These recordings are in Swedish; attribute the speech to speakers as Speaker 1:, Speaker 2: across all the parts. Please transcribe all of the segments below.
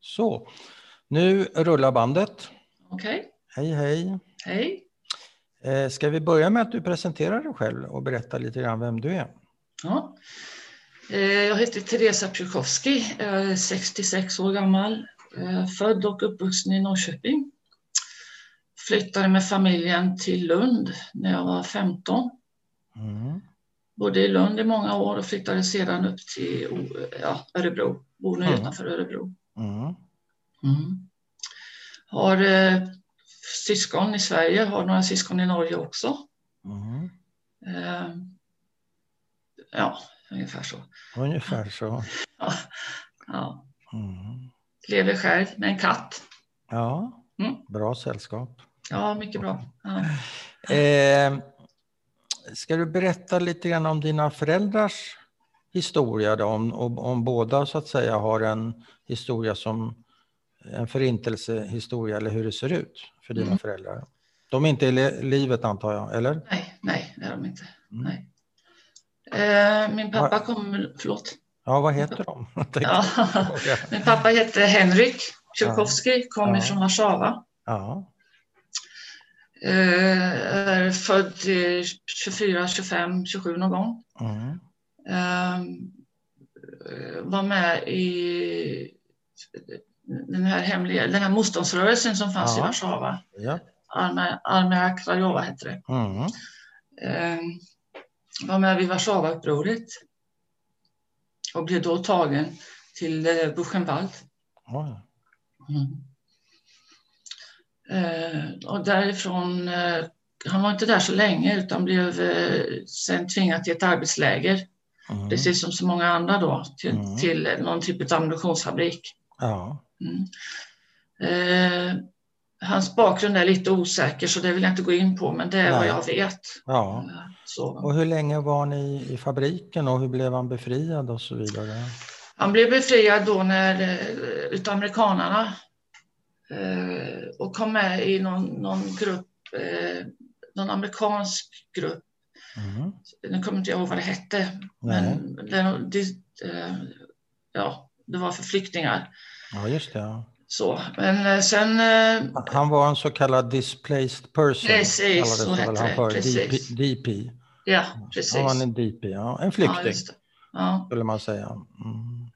Speaker 1: Så, nu rullar bandet.
Speaker 2: Okej,
Speaker 1: Hej, hej.
Speaker 2: hej.
Speaker 1: Eh, Ska vi börja med att du presenterar dig själv och berättar lite grann vem du är?
Speaker 2: Ja. Eh, Jag heter Teresa Pjurkowski, jag är 66 år gammal, eh, född och uppvuxen i Norrköping. Flyttade med familjen till Lund när jag var 15.
Speaker 1: Mm.
Speaker 2: Bodde i Lund i många år och flyttade sedan upp till O- ja, Örebro, bor nu
Speaker 1: Mm.
Speaker 2: utanför Örebro.
Speaker 1: Mm.
Speaker 2: Mm. Har eh, syskon i Sverige, har några syskon i Norge också.
Speaker 1: Mm.
Speaker 2: Eh, ja, ungefär så.
Speaker 1: Ungefär så.
Speaker 2: Ja. Ja.
Speaker 1: Mm.
Speaker 2: Lever själv med en katt.
Speaker 1: Ja,
Speaker 2: Mm.
Speaker 1: bra sällskap.
Speaker 2: Ja, mycket bra. Ja.
Speaker 1: Eh, ska du berätta lite grann om dina föräldrars historia? Då? Om, om, om båda så att säga har en historia som en förintelsehistoria eller hur det ser ut för dina
Speaker 2: Mm.
Speaker 1: föräldrar. De är inte i le- livet antar jag, eller?
Speaker 2: Nej, nej, det är de inte.
Speaker 1: Mm.
Speaker 2: Nej. Eh, min pappa
Speaker 1: Va-
Speaker 2: kom... Förlåt.
Speaker 1: Ja, vad heter de? Tänkte
Speaker 2: Ja.
Speaker 1: jag fråga.
Speaker 2: Min pappa hette Henrik Tjurkovskij,
Speaker 1: Ja.
Speaker 2: kom ifrån Warszawa.
Speaker 1: ja.
Speaker 2: Eh, är född eh, 24, 25, 27 någon gång.
Speaker 1: Mm.
Speaker 2: Ehm, eh, var med i den här hemliga, den här motståndsrörelsen som fanns i
Speaker 1: Ja.
Speaker 2: Warszawa.
Speaker 1: ja.
Speaker 2: Armia- Armia Krajova hette det.
Speaker 1: Mm.
Speaker 2: Ehm, var med vid Warszawaupproret och blev då tagen till eh, Buchenwald.
Speaker 1: Oj. Mm.
Speaker 2: Ehm, och därifrån, eh, han var inte där så länge utan blev eh, sen tvingad till ett arbetsläger,
Speaker 1: Mm.
Speaker 2: precis som så många andra då, till,
Speaker 1: Mm.
Speaker 2: till någon typ av ammunitionsfabrik.
Speaker 1: Ja.
Speaker 2: Mm. Eh, hans bakgrund är lite osäker så det vill jag inte gå in på men det är vad
Speaker 1: Nej.
Speaker 2: jag vet.
Speaker 1: ja.
Speaker 2: Eh, Så.
Speaker 1: Och hur länge var ni i fabriken och hur blev han befriad och så vidare?
Speaker 2: Han blev befriad då när, eh, utav amerikanarna eh, och kom med i någon, någon grupp, eh, någon amerikansk grupp.
Speaker 1: Mm.
Speaker 2: Nu kommer inte jag ihåg vad det hette
Speaker 1: Nej.
Speaker 2: men det, det, eh, ja, det var för flyktingar.
Speaker 1: Ja, just det. Ja.
Speaker 2: Så. Men eh, sen eh,
Speaker 1: Han var en så kallad displaced person.
Speaker 2: Precis,
Speaker 1: kallades
Speaker 2: så
Speaker 1: det väl
Speaker 2: hette
Speaker 1: han
Speaker 2: det,
Speaker 1: för.
Speaker 2: precis.
Speaker 1: DP. DP.
Speaker 2: Ja,
Speaker 1: Han var
Speaker 2: precis.
Speaker 1: en DP, ja. en
Speaker 2: Ja,
Speaker 1: flykting
Speaker 2: just det. Ja.
Speaker 1: skulle man säga. Mm.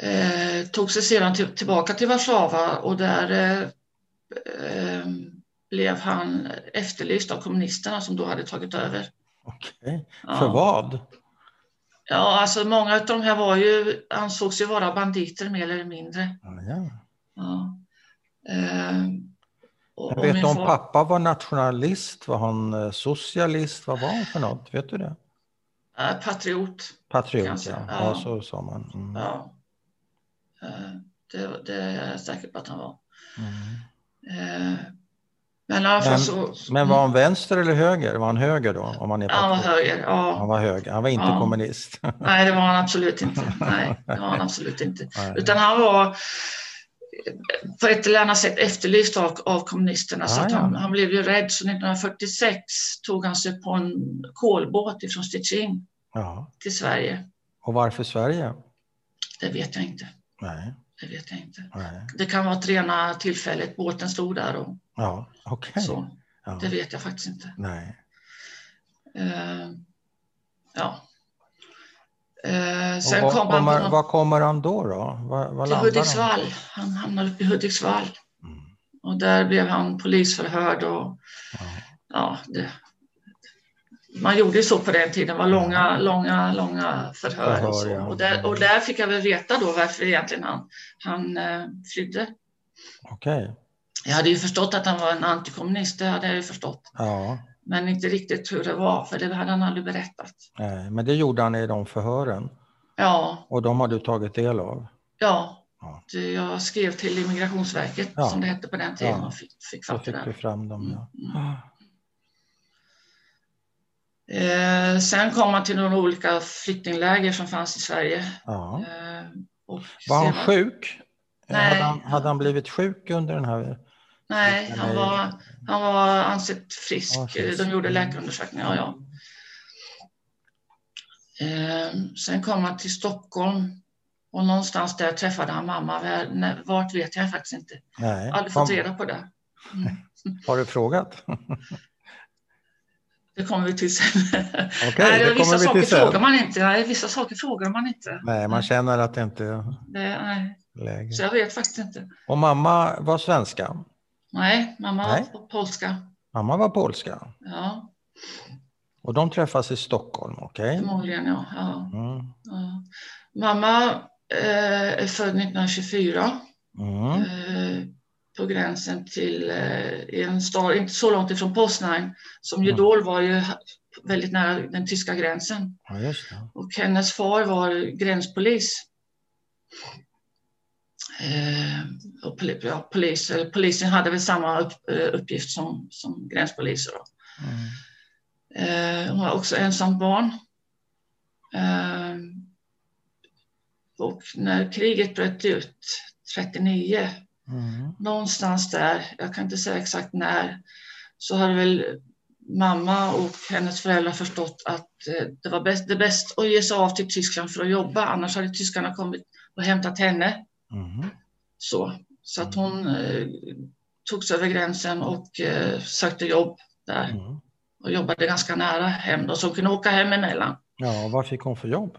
Speaker 2: Eh, tog sig sedan till, tillbaka till Warszawa och där eh, eh, blev han efterlyst av kommunisterna som då hade tagit över.
Speaker 1: Okej,
Speaker 2: Ja.
Speaker 1: för vad?
Speaker 2: Ja, alltså många av de här var ju, ansågs ju vara banditer mer eller mindre.
Speaker 1: Ja, ja.
Speaker 2: Ja. Eh, och,
Speaker 1: Jag
Speaker 2: och min
Speaker 1: vet om
Speaker 2: far-
Speaker 1: pappa var nationalist, var han eh, socialist, vad var han för något? Vet du det?
Speaker 2: eh, Patriot.
Speaker 1: Patriot,
Speaker 2: Kanske,
Speaker 1: ja.
Speaker 2: ja.
Speaker 1: ja så sa man. Mm.
Speaker 2: Ja. Eh, det, det är jag säker på att han var.
Speaker 1: Mm.
Speaker 2: Eh, men i alla fall
Speaker 1: Men-
Speaker 2: så...
Speaker 1: Men var han vänster eller höger? Var han höger då? Om han, är
Speaker 2: Ja, han var
Speaker 1: patriot?
Speaker 2: höger. Ja.
Speaker 1: han var höger, han var inte
Speaker 2: Ja.
Speaker 1: kommunist.
Speaker 2: Nej, det var han absolut inte. Nej, det var han absolut inte.
Speaker 1: Nej.
Speaker 2: Utan han var på ett eller annat sätt efterlyst av, av kommunisterna. så
Speaker 1: Ah,
Speaker 2: att
Speaker 1: ja.
Speaker 2: han, han blev ju rädd. Så 1946 tog han sig på en kolbåt ifrån Stettin
Speaker 1: ja.
Speaker 2: till Sverige.
Speaker 1: Och varför Sverige?
Speaker 2: Det vet jag inte.
Speaker 1: Nej,
Speaker 2: Det vet jag inte.
Speaker 1: nej.
Speaker 2: Det kan vara ett rena tillfället. Båten stod där och
Speaker 1: Ja, okej.
Speaker 2: så.
Speaker 1: Ja.
Speaker 2: Det vet jag faktiskt inte.
Speaker 1: Nej.
Speaker 2: Eh, ja. Eh,
Speaker 1: och
Speaker 2: sen
Speaker 1: vad,
Speaker 2: kom han
Speaker 1: kommer,
Speaker 2: på något-
Speaker 1: vad kommer han då? då? Vad, vad landar
Speaker 2: till
Speaker 1: han?
Speaker 2: Hudiksvall. Han hamnade uppe i Hudiksvall.
Speaker 1: Mm.
Speaker 2: Och där blev han polisförhörd och
Speaker 1: Ja.
Speaker 2: ja, det, man gjorde ju så på den tiden. Det var långa, långa, långa förhör.
Speaker 1: Förhör,
Speaker 2: och, så.
Speaker 1: ja.
Speaker 2: Och, där, och där fick jag väl veta då varför egentligen han, han eh, flydde.
Speaker 1: Okej.
Speaker 2: Jag hade ju förstått att han var en antikommunist, det hade jag ju förstått.
Speaker 1: Ja.
Speaker 2: Men inte riktigt hur det var, för det hade han aldrig berättat.
Speaker 1: Nej, eh, Men det gjorde han i de förhören.
Speaker 2: Ja,
Speaker 1: Och de har du tagit del av.
Speaker 2: ja.
Speaker 1: Ja.
Speaker 2: Det- Jag skrev till Immigrationsverket,
Speaker 1: Ja.
Speaker 2: som det hette på den tiden,
Speaker 1: Ja.
Speaker 2: och fick, fick
Speaker 1: Så
Speaker 2: fatt i
Speaker 1: fick du
Speaker 2: den.
Speaker 1: fram dem. Ja.
Speaker 2: Mm, Eh, sen kom han till några olika flyktingläger som fanns i Sverige.
Speaker 1: Ja.
Speaker 2: Eh, och
Speaker 1: Var han
Speaker 2: sedan-
Speaker 1: sjuk? Eh,
Speaker 2: Nej.
Speaker 1: Hade han, hade han blivit sjuk under den här?
Speaker 2: Nej, han var, han var ansett frisk.
Speaker 1: Ja, Mm. frisk.
Speaker 2: De gjorde läkarundersökningar, ja. Ehm, Eh, sen kom han till Stockholm Och någonstans där träffade han mamma. När- Vart vet jag faktiskt inte.
Speaker 1: Nej.
Speaker 2: Aldrig
Speaker 1: Har,
Speaker 2: fått reda på det. Mm.
Speaker 1: har du frågat? Okej,
Speaker 2: Det kommer vi till sen. Nej,
Speaker 1: det
Speaker 2: vissa
Speaker 1: kommer vi
Speaker 2: saker
Speaker 1: till sen.
Speaker 2: frågar man inte. Nej, vissa saker frågar man inte.
Speaker 1: Nej, man känner att det inte är
Speaker 2: Det, nej.
Speaker 1: läge.
Speaker 2: Så jag vet faktiskt inte.
Speaker 1: Och mamma var svenska.
Speaker 2: Nej, mamma
Speaker 1: Nej.
Speaker 2: var polska.
Speaker 1: Mamma var polska.
Speaker 2: Ja,
Speaker 1: Och de träffas i Stockholm, okej?
Speaker 2: förmodligen ja. ja,
Speaker 1: Mm.
Speaker 2: ja. Mamma eh, är född 1924
Speaker 1: Mm.
Speaker 2: eh, på gränsen till eh, i en stad inte så långt ifrån Poznan som
Speaker 1: Mm.
Speaker 2: Judol var ju ha- väldigt nära den tyska gränsen.
Speaker 1: Ja, just det.
Speaker 2: Och hennes far var gränspolis. Eh, och poli, ja, polis, eller polisen hade väl samma upp, eh, uppgift som, som gränspoliser. Då.
Speaker 1: Mm.
Speaker 2: Eh, hon var också ensamt barn. Eh, och när kriget bröt ut 39,
Speaker 1: Mm.
Speaker 2: någonstans där, jag kan inte säga exakt när, så hade väl mamma och hennes föräldrar förstått att eh, det var bäst, det bäst att ge sig av till Tyskland för att jobba, annars hade tyskarna kommit och hämtat henne.
Speaker 1: Mm.
Speaker 2: Så, så att hon eh, tog sig över gränsen och eh, sökte jobb där
Speaker 1: Mm.
Speaker 2: och jobbade ganska nära hem då, så hon kunde åka hem emellan.
Speaker 1: Ja, vad fick hon för jobb?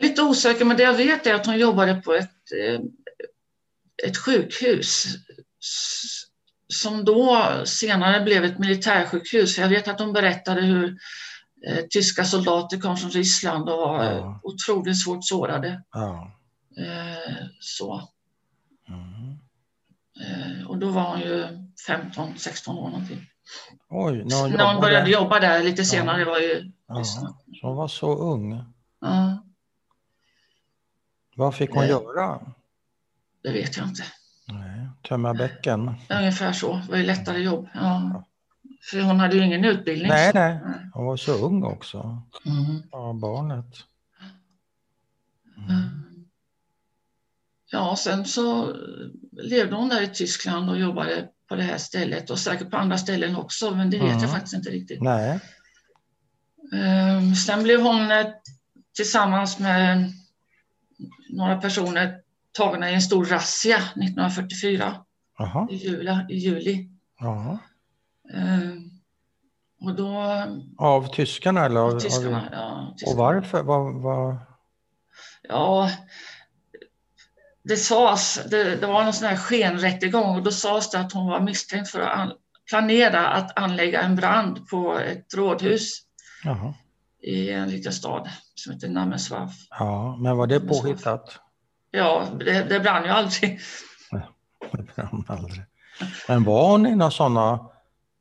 Speaker 2: Lite osäker, men det jag vet är att hon jobbade på ett, eh, ett sjukhus s- som då senare blev ett militärsjukhus. Jag vet att hon berättade hur eh, tyska soldater kom från Ryssland och var eh,
Speaker 1: Ja.
Speaker 2: otroligt svårt sårade.
Speaker 1: Ja.
Speaker 2: Eh, så.
Speaker 1: Mm.
Speaker 2: Eh, och då var hon ju 15-16 år någonting.
Speaker 1: Oj, när hon
Speaker 2: När hon började
Speaker 1: jobbade.
Speaker 2: jobba där lite senare var ju...
Speaker 1: Ja, så hon var så ung.
Speaker 2: Ja,
Speaker 1: Vad fick hon
Speaker 2: Eh.
Speaker 1: göra?
Speaker 2: det vet jag inte.
Speaker 1: Nej, tömma bäcken.
Speaker 2: Ungefär så. Det var ju lättare jobb. Ja.
Speaker 1: Ja.
Speaker 2: För hon hade ju ingen utbildning.
Speaker 1: Nej,
Speaker 2: så-
Speaker 1: nej. Hon var så ung också.
Speaker 2: Mm.
Speaker 1: Ja, barnet. Mm.
Speaker 2: Mm. Ja, sen så eh, levde hon där i Tyskland och jobbade på det här stället och säkert på andra ställen också, men det vet
Speaker 1: Mm.
Speaker 2: jag faktiskt inte riktigt.
Speaker 1: Nej.
Speaker 2: Ehm, Sen blev hon eh, tillsammans med några personer tagna i en stor razzia 1944
Speaker 1: Jaha.
Speaker 2: i juli. I juli.
Speaker 1: Ja.
Speaker 2: Ehm, Och då...
Speaker 1: Av tyskarna eller? Av,
Speaker 2: tyskarna,
Speaker 1: av,
Speaker 2: ja,
Speaker 1: och
Speaker 2: tyskarna.
Speaker 1: varför? Vad, vad,
Speaker 2: Ja, det sades, det, det var någon sån här skenrättegång och då sades det att hon var misstänkt för att an, planera att anlägga en brand på ett rådhus
Speaker 1: jaha.
Speaker 2: i en liten stad som heter Namensvav.
Speaker 1: Ja, men var det påhittat?
Speaker 2: Ja, det, det brann ju aldrig.
Speaker 1: Det brann aldrig. Men var hon i några sådana,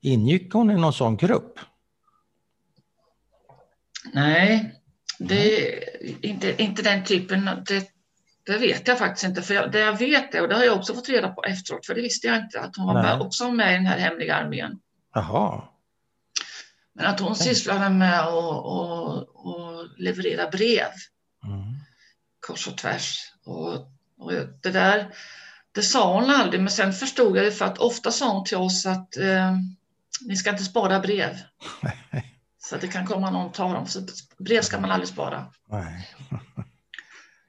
Speaker 1: ingick hon i någon sån grupp?
Speaker 2: Nej, det, inte, inte den typen. Det, det vet jag faktiskt inte. För jag, det jag vet är, och det har jag också fått reda på efteråt, för det visste jag inte, att hon var
Speaker 1: Nej.
Speaker 2: med, också med i den här hemliga armén.
Speaker 1: Jaha.
Speaker 2: Men att hon sysslade med att och, och leverera brev
Speaker 1: Mm.
Speaker 2: kors och tvärs. Och, och det där, det sa hon aldrig, men sen förstod jag det för att ofta sa hon till oss att eh, ni ska inte spara brev. Så att det kan komma någon och ta dem. Så brev ska man aldrig spara.
Speaker 1: Nej.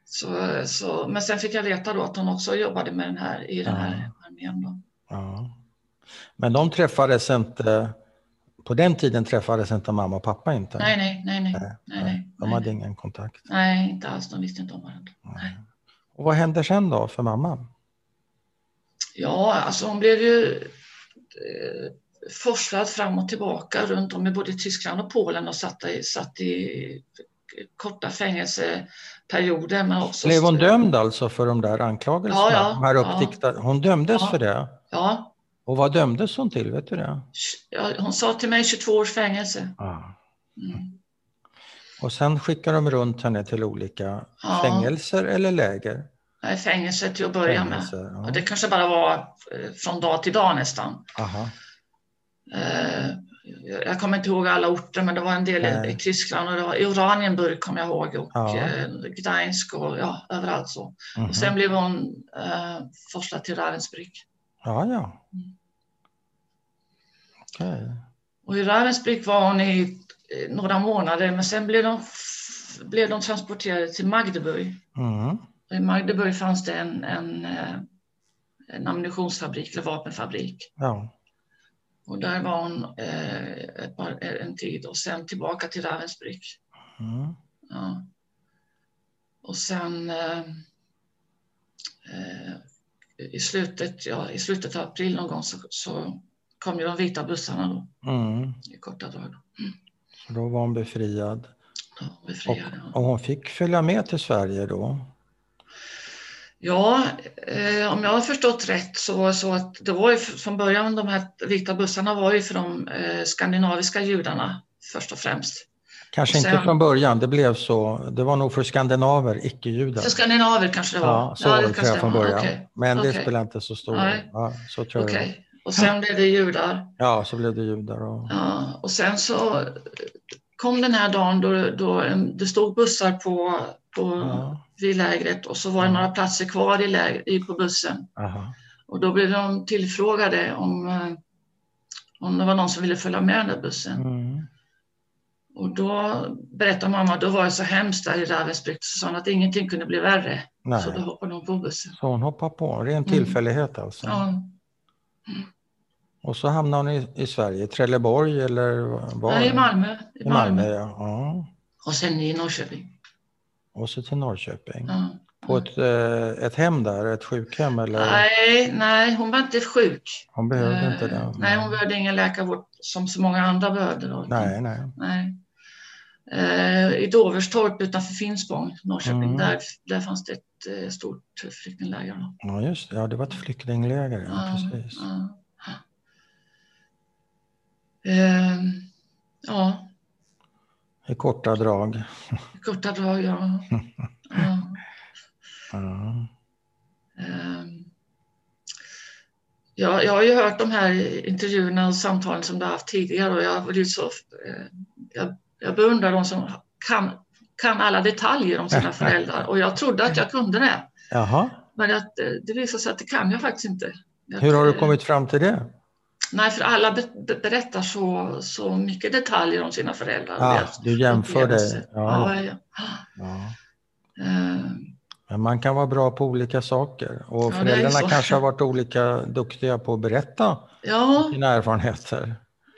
Speaker 2: Så, så, men sen fick jag veta då att hon också jobbade med den här, i den här armén. Då.
Speaker 1: Ja. Men de träffades inte, på den tiden träffades inte mamma och pappa inte?
Speaker 2: Nej, nej, nej, nej, nej, nej,
Speaker 1: De hade ingen kontakt?
Speaker 2: nej, inte alls. De visste inte om varandra.
Speaker 1: Nej. Och vad hände sen då för mamma?
Speaker 2: Ja, alltså hon blev ju eh, forslad fram och tillbaka runt om i både Tyskland och Polen och satt i, satt i korta fängelseperioder. Men också
Speaker 1: Blev hon dömd alltså för de där anklagelserna?
Speaker 2: Ja, ja,
Speaker 1: de här
Speaker 2: ja.
Speaker 1: uppdiktade, Hon dömdes
Speaker 2: Ja.
Speaker 1: för det?
Speaker 2: Ja,
Speaker 1: Och vad dömdes hon till? Vet du det?
Speaker 2: ja, hon sa till mig 22 års fängelse.
Speaker 1: Ja.
Speaker 2: Mm.
Speaker 1: Och sen skickar de runt henne till olika
Speaker 2: Ja.
Speaker 1: fängelser eller läger?
Speaker 2: Nej, Fängelse till att börja med.
Speaker 1: Fängelser, ja.
Speaker 2: Och det kanske bara var eh, från dag till dag nästan.
Speaker 1: Aha.
Speaker 2: Eh, jag- Jag kommer inte ihåg alla orter, men det var en del i-
Speaker 1: Nej.
Speaker 2: i Tyskland och det var i Oranienburg kommer jag ihåg och
Speaker 1: Ja.
Speaker 2: eh, Gdańsk och ja, överallt så.
Speaker 1: Mhm.
Speaker 2: Och sen blev hon eh, forslad till Ravensbrück.
Speaker 1: Ja, ja.
Speaker 2: Mm.
Speaker 1: Okej.
Speaker 2: Och i Ravensbrück var hon i eh, några månader, men sen blev de f- blev de transporterade till Magdeburg.
Speaker 1: Mm.
Speaker 2: Och I Magdeburg fanns det en, en, eh, en ammunitionsfabrik, eller vapenfabrik.
Speaker 1: Ja.
Speaker 2: Och där var hon eh, ett par, en tid och sen tillbaka till Ravensbrück.
Speaker 1: Mm.
Speaker 2: Ja. Och sen eh, eh, i, slutet, ja, i slutet av april någon gång så, så kom ju de vita bussarna då,
Speaker 1: Mm.
Speaker 2: i korta drag.
Speaker 1: Så då var hon befriad.
Speaker 2: De befriade.
Speaker 1: Och hon fick följa med till Sverige då?
Speaker 2: Ja, eh, om jag har förstått rätt så var det så att det var ju f- från början de här vita bussarna var ju för de eh, skandinaviska judarna först och främst.
Speaker 1: Kanske
Speaker 2: Sen-
Speaker 1: inte från början, det blev så. Det var nog för skandinaver, icke-judar.
Speaker 2: För skandinaver kanske det var.
Speaker 1: Ja, så
Speaker 2: Ja,
Speaker 1: var
Speaker 2: det
Speaker 1: det tror
Speaker 2: kanske
Speaker 1: jag från
Speaker 2: det var.
Speaker 1: början.
Speaker 2: Okej.
Speaker 1: Men det
Speaker 2: Okej.
Speaker 1: spelar inte så stor roll.
Speaker 2: Nej.
Speaker 1: Ja, så tror jag.
Speaker 2: Okej. Och sen blev det judar.
Speaker 1: Ja, så blev det judar och...
Speaker 2: Ja, och sen så kom den här dagen då, då en, det stod bussar på, på,
Speaker 1: Ja.
Speaker 2: vid lägret och så var det några platser kvar i läger, i, på bussen.
Speaker 1: Aha.
Speaker 2: Och då blev de tillfrågade om, eh, om det var någon som ville följa med den där bussen.
Speaker 1: Mm.
Speaker 2: Och då berättade mamma, då var det så hemskt där i Ravensbrück, så sa hon att ingenting kunde bli värre.
Speaker 1: Nej.
Speaker 2: Så då hoppade hon på bussen.
Speaker 1: Så hon hoppar på, ren tillfällighet alltså.
Speaker 2: Ja.
Speaker 1: Och så hamnar hon i, i Sverige, Trelleborg eller var?
Speaker 2: Nej, i Malmö.
Speaker 1: I Malmö, ja. ja.
Speaker 2: Och sen i Norrköping.
Speaker 1: Och så till Norrköping.
Speaker 2: Ja.
Speaker 1: På ett, eh, ett hem där, ett sjukhem eller?
Speaker 2: Nej, nej, hon var inte sjuk.
Speaker 1: Hon behövde
Speaker 2: Eh,
Speaker 1: inte det.
Speaker 2: Nej, hon behövde ingen läkarvård som så många andra behövde. Då.
Speaker 1: Nej, nej.
Speaker 2: Nej. Eh, I Doverstorp utanför Finspång, Norrköping,
Speaker 1: Mm.
Speaker 2: där, där fanns det ett eh, stort flyktingläger. Då.
Speaker 1: Ja, just det. Ja, det var ett flyktingläger. Ja,
Speaker 2: Ja,
Speaker 1: precis.
Speaker 2: ja. Ehm, ja,
Speaker 1: I korta drag.
Speaker 2: i korta drag, ja. ja.
Speaker 1: Ja.
Speaker 2: Ehm, Ja, jag har ju hört de här intervjuerna och samtalen som du har haft tidigare och jag, har blivit så, eh, jag, jag beundrar de som kan, kan alla detaljer om sina föräldrar och jag trodde att jag kunde det.
Speaker 1: Jaha.
Speaker 2: Men att, eh, det visade sig att det kan jag faktiskt inte. Att,
Speaker 1: Hur har du
Speaker 2: eh,
Speaker 1: kommit fram till det?
Speaker 2: Nej, för alla be, be, berättar så, så mycket detaljer om sina föräldrar. och
Speaker 1: Ah,
Speaker 2: deras
Speaker 1: du jämför dig.
Speaker 2: upplevelser.
Speaker 1: Ja,
Speaker 2: Ja, ja.
Speaker 1: ja.
Speaker 2: Ehm,
Speaker 1: Men man kan vara bra på olika saker. Och
Speaker 2: Ja, det är ju
Speaker 1: föräldrarna
Speaker 2: så.
Speaker 1: kanske har varit olika duktiga på att berätta
Speaker 2: ja,
Speaker 1: sina erfarenheter.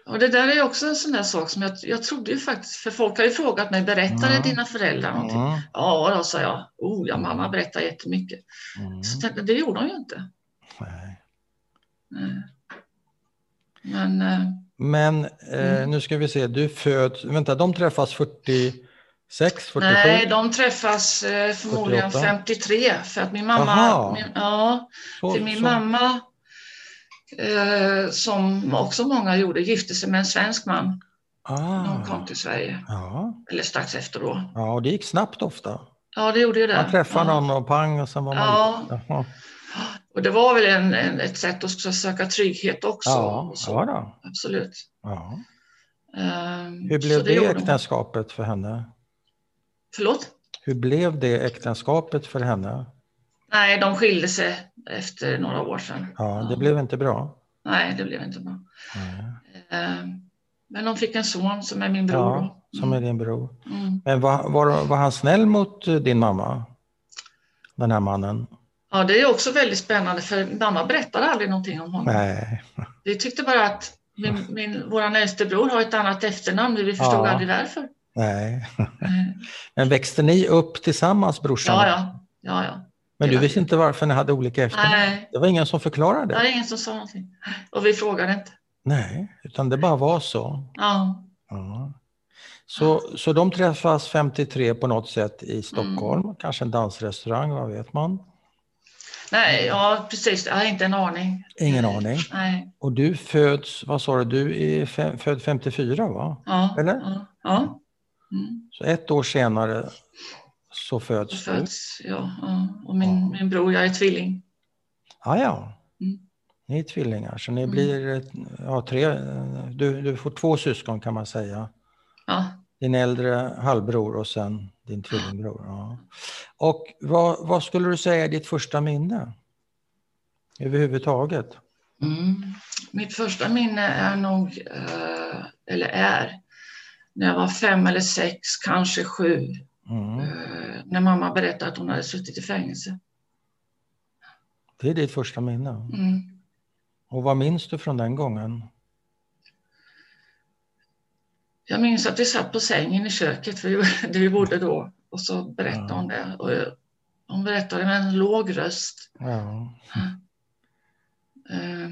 Speaker 2: Och det där är också en sån där sak som jag, jag trodde ju faktiskt, för folk har ju frågat mig, berättade
Speaker 1: Mm.
Speaker 2: dina föräldrar någonting?
Speaker 1: Mm.
Speaker 2: Ja, då sa jag. Oh, ja, mamma berättar jättemycket.
Speaker 1: Mm.
Speaker 2: Så tänkte jag, det gjorde hon ju inte.
Speaker 1: Nej.
Speaker 2: Nej. Men eh,
Speaker 1: Men eh,
Speaker 2: Mm.
Speaker 1: nu ska vi se, du föds, vänta, de träffas 46, 47?
Speaker 2: nej, de träffas eh, förmodligen
Speaker 1: 48.
Speaker 2: 53 för att min mamma,
Speaker 1: Aha.
Speaker 2: min, ja,
Speaker 1: Så-
Speaker 2: till min
Speaker 1: så-
Speaker 2: mamma eh, som också många gjorde, gifte sig med en svensk man när hon
Speaker 1: Ah.
Speaker 2: kom till Sverige.
Speaker 1: Ja.
Speaker 2: Eller strax efter då.
Speaker 1: ja, och det gick snabbt ofta.
Speaker 2: Ja, det gjorde ju det.
Speaker 1: Man träffade
Speaker 2: ja.
Speaker 1: någon och pang och sen var man
Speaker 2: Ja.
Speaker 1: Jaha.
Speaker 2: Och det var väl en, en, ett sätt att också söka trygghet också.
Speaker 1: Ja,
Speaker 2: och så.
Speaker 1: ja, då.
Speaker 2: Absolut.
Speaker 1: ja.
Speaker 2: Ehm,
Speaker 1: Hur
Speaker 2: så
Speaker 1: blev det,
Speaker 2: gjorde hon.
Speaker 1: äktenskapet för henne?
Speaker 2: Förlåt?
Speaker 1: Hur blev det äktenskapet för henne?
Speaker 2: Nej, de skilde sig efter några år sedan.
Speaker 1: Ja, det blev inte bra.
Speaker 2: Nej, det blev inte bra.
Speaker 1: Nej.
Speaker 2: Ehm, men de fick en son som är min bror.
Speaker 1: Ja,
Speaker 2: då.
Speaker 1: som är din bror.
Speaker 2: Mm.
Speaker 1: Men var, var, var han snäll mot eh, din mamma? Den här mannen?
Speaker 2: ja, det är också väldigt spännande för mamma berättade aldrig någonting om honom.
Speaker 1: Nej.
Speaker 2: Vi tyckte bara att min, min, vår äldste bror har ett annat efternamn, men vi förstod
Speaker 1: Ja.
Speaker 2: aldrig varför.
Speaker 1: Nej.
Speaker 2: Ehm,
Speaker 1: Men växte ni upp tillsammans brorsan?
Speaker 2: ja, ja. ja, ja.
Speaker 1: Men du
Speaker 2: hela
Speaker 1: visste inte varför ni hade olika efternamn?
Speaker 2: Nej,
Speaker 1: Det var ingen som förklarade?
Speaker 2: det var ingen som sa någonting. Och vi frågade inte.
Speaker 1: Nej, utan det bara var så.
Speaker 2: Ja,
Speaker 1: Ja. Så, så de träffas 53 på något sätt
Speaker 2: Mm.
Speaker 1: i Stockholm, kanske en dansrestaurang, vad vet man?
Speaker 2: nej, ja precis. Jag har inte en aning.
Speaker 1: Ingen aning.
Speaker 2: Nej,
Speaker 1: Och du föds, vad sa du, du är fe- född 54 va?
Speaker 2: ja.
Speaker 1: Eller?
Speaker 2: Ja. ja. Mm.
Speaker 1: Så ett år senare så
Speaker 2: Jag
Speaker 1: föds du?
Speaker 2: föds, ja, ja. Och min, min bror, jag är tvilling.
Speaker 1: Ah, ja.
Speaker 2: Mm.
Speaker 1: Ni är tvillingar, så ni
Speaker 2: Mm.
Speaker 1: blir ett- ja, tre, du, du får två syskon kan man säga.
Speaker 2: Ja.
Speaker 1: Din äldre halvbror och sen din tvillingbror. Ja. Och vad, vad skulle du säga är ditt första minne? Överhuvudtaget?
Speaker 2: Mm. Mitt första minne är nog, eh, eller är, när jag var fem eller sex, kanske sju,
Speaker 1: Mm.
Speaker 2: eh, när mamma berättade att hon hade suttit i fängelse.
Speaker 1: Det är ditt första minne.
Speaker 2: Mm.
Speaker 1: Och vad minns du från den gången?
Speaker 2: Jag minns att vi satt på sängen i köket för vi- där vi bodde då och så berättade hon det. Och jag, hon berättade med en låg röst.
Speaker 1: Ja.
Speaker 2: Eh,